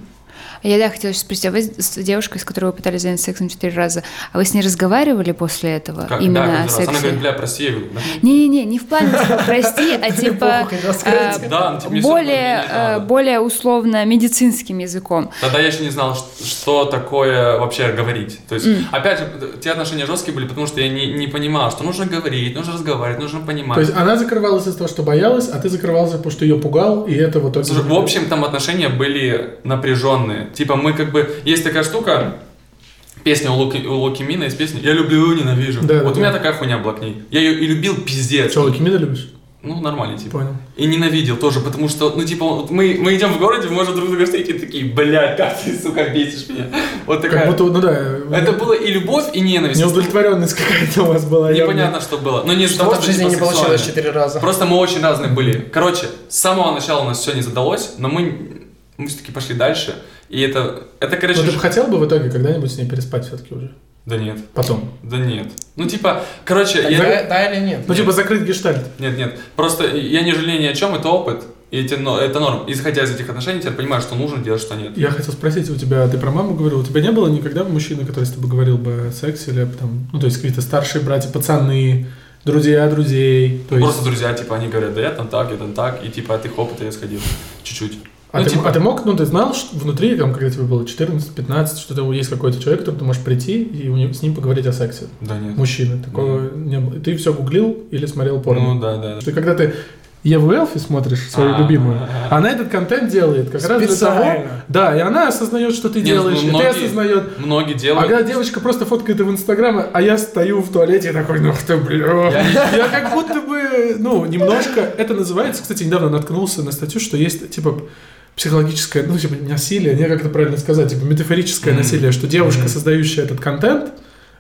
Я да, хотела сейчас спросить, а вы с девушкой, с которой вы пытались заняться сексом четыре раза, а вы с ней разговаривали после этого? Как? Именно да, каждый о раз. Она говорит, сексе? бля, прости, я говорю, да. Не-не-не, не в плане, типа, прости, а типа похуй, раскройте. а, Да, ну, типа, мне всё равно, мне более, не э, надо. более условно медицинским языком. Тогда я еще не знал, ш- что такое вообще говорить. То есть, опять же, те отношения жесткие были, потому что я не, не понимал, что нужно говорить, нужно разговаривать, нужно понимать. То есть она закрывалась из-за того, что боялась, а ты закрывался, потому что ее пугал, и это вот... Слушай, в общем, там отношения были напряженные. Типа мы как бы... Есть такая штука, песня у Луки, у Луки Мина из песни «Я люблю и ненавижу». Да, да, вот да. у меня такая хуйня была к ней. Я ее и любил пиздец. Что, Лукимина любишь? Ну, нормально, типа. Понял. И ненавидел тоже, потому что, ну, типа, вот мы, мы идем в городе, мы можем друг друга встретить и такие, блядь, как ты, сука, бесишь меня. Вот такая. Как будто, ну да, Это было и любовь, и ненависть. неудовлетворенность какая-то у вас была. явно. Непонятно, что было. Но не из-за того, Что-то что в жизни типа, не получилось сексуальное. четыре раза. Просто мы очень разные были. Короче, с самого начала у нас все не задалось, но мы, мы все-таки пошли дальше. И это, это, короче... Но Ну, ты ж- бы хотел бы в итоге когда-нибудь с ней переспать все-таки уже? Да нет, Потом. да нет. Ну, типа, короче, Так, я... Да, да или нет? Ну, типа закрыть гештальт. Нет, нет. Просто я не жалею ни о чем, это опыт. И это, но- это норм. Исходя из этих отношений, теперь понимаю, что нужно делать, что нет. Я хотел спросить у тебя, ты про маму говорил, у тебя не было никогда мужчины, который с тобой говорил бы о сексе или об там, ну, то есть какие-то старшие братья, пацаны, друзья друзей, то есть... Просто друзья, типа, они говорят, да я там так, я там так, и типа от их опыта я сходил. Чуть-чуть. А, ну, ты, типа, а ты мог, ну, ты знал, что внутри, там, когда тебе было 14-15, что там есть какой-то человек, который ты можешь прийти и у него- с ним поговорить о сексе? Да нет. Мужчина, такого не было. Ты все гуглил или смотрел порно? Ну да, да. Что когда ты Еву Элфи смотришь, свою А. любимую, она этот контент делает как раз для того... Специально. Да, и она осознает, что ты Нет, делаешь, ну, и ты многие- осознает. Многие А делают. когда девочка просто фоткает его в Инстаграм, а я стою в туалете и такой, ну ты, бля. Я как будто бы, ну, немножко... Это называется, кстати, недавно наткнулся на статью, что есть, типа, психологическое, ну, типа, насилие, не как это правильно сказать, типа, метафорическое Мгм. насилие, что девушка, создающая этот контент,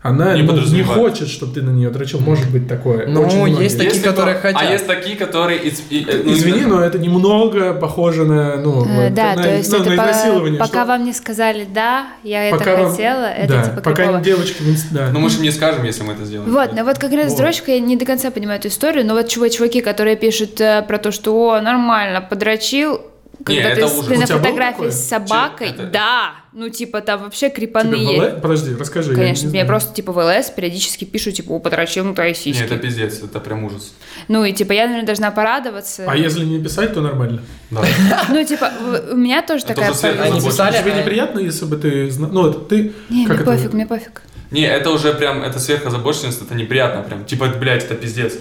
она Не ну, не, подразумевает. хочет, чтобы ты на нее дрочил. Может быть такое. Ну, Очень многие. есть такие, Если которые то- хотят. А есть такие, которые... из- и- э, ну, Извини, именно- но это немного похоже на, ну, Э, вот, Да, на, то есть ну, на это по- изнасилование. пока что- вам не сказали «да», я пока это вам- хотела, это да, типа пока крипово. девочки в инст- да. Ну мы же им не скажем, если мы это сделаем. Вот, ну вот как раз с дрочкой я не до конца понимаю эту историю, но вот чув- чуваки, которые пишут э, про то, что «О, нормально, подрочил», Не, когда это ты, с- ужас. ты У на тебя было фотографии такое? с собакой, Чё, это- да, ну типа там вообще крипаны Тебе есть. было- Подожди, расскажи. я Конечно, не мне знаю. просто типа в ЛС периодически пишут, типа, «О, подрочил на твои Нет, сиськи». это пиздец, это прям ужас. Ну и типа я, наверное, должна порадоваться. А если не писать, то нормально. Да. Ну типа в- у меня тоже Это такая... уже след- пара- Они Забочен. писали, Тебе а- неприятно, если бы ты... зна- Ну, это ты... Не, как мне это? пофиг, мне пофиг. Не, это уже прям, это сверхозабоченность, это неприятно прям. Типа, блядь, это пиздец.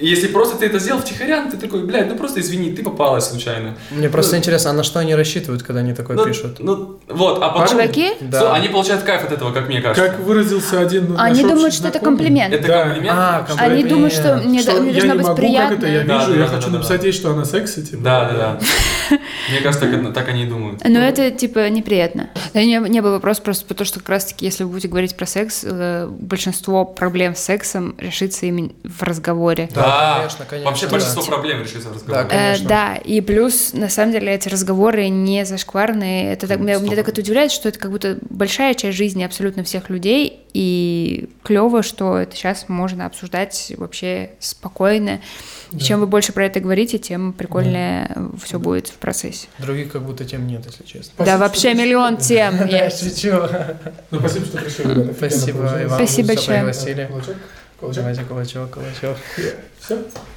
Если просто ты это сделал втихаря, ты такой, блядь, ну просто извини, ты попалась случайно. Мне просто интересно, а на что они рассчитывают, когда они такое Ну, пишут? ну, вот, а потом... Чуваки? Да. Да. они получают кайф от этого, как мне кажется. Как выразился один наш Они общий думают, что это знакомый. комплимент. Это Да. комплимент? А, комплимент. Они думают, что Блин. мне, Что да- мне я должна не быть могу, приятно. как это я Да, вижу, да, я да, хочу да, написать да. ей, что она секси, типа. Да, да, да. Мне кажется, так, так они и думают. Но это, типа, неприятно. Да, не, не был вопрос просто потому, что как раз-таки, если вы будете говорить про секс, э, большинство проблем с сексом решится именно в разговоре. Да, конечно, конечно, Вообще да. большинство проблем решится в разговоре. Да, Э, конечно. да, и плюс, на самом деле, эти разговоры не зашкварные. Это так, меня, меня так это удивляет, что это как будто большая часть жизни абсолютно всех людей, и клево, что это сейчас можно обсуждать вообще спокойно. И Чем вы больше про это говорите, тем прикольнее все будет в процессе. Других как будто тем нет, если честно. Спасибо, да, вообще что пришли. миллион тем Я есть. шучу. Ну, спасибо, что пришли, ребята. Спасибо, Офигенно Иван. получилось. Спасибо что большое. пригласили. Кулачок? Кулачок? Давайте, кулачок, кулачок. Все?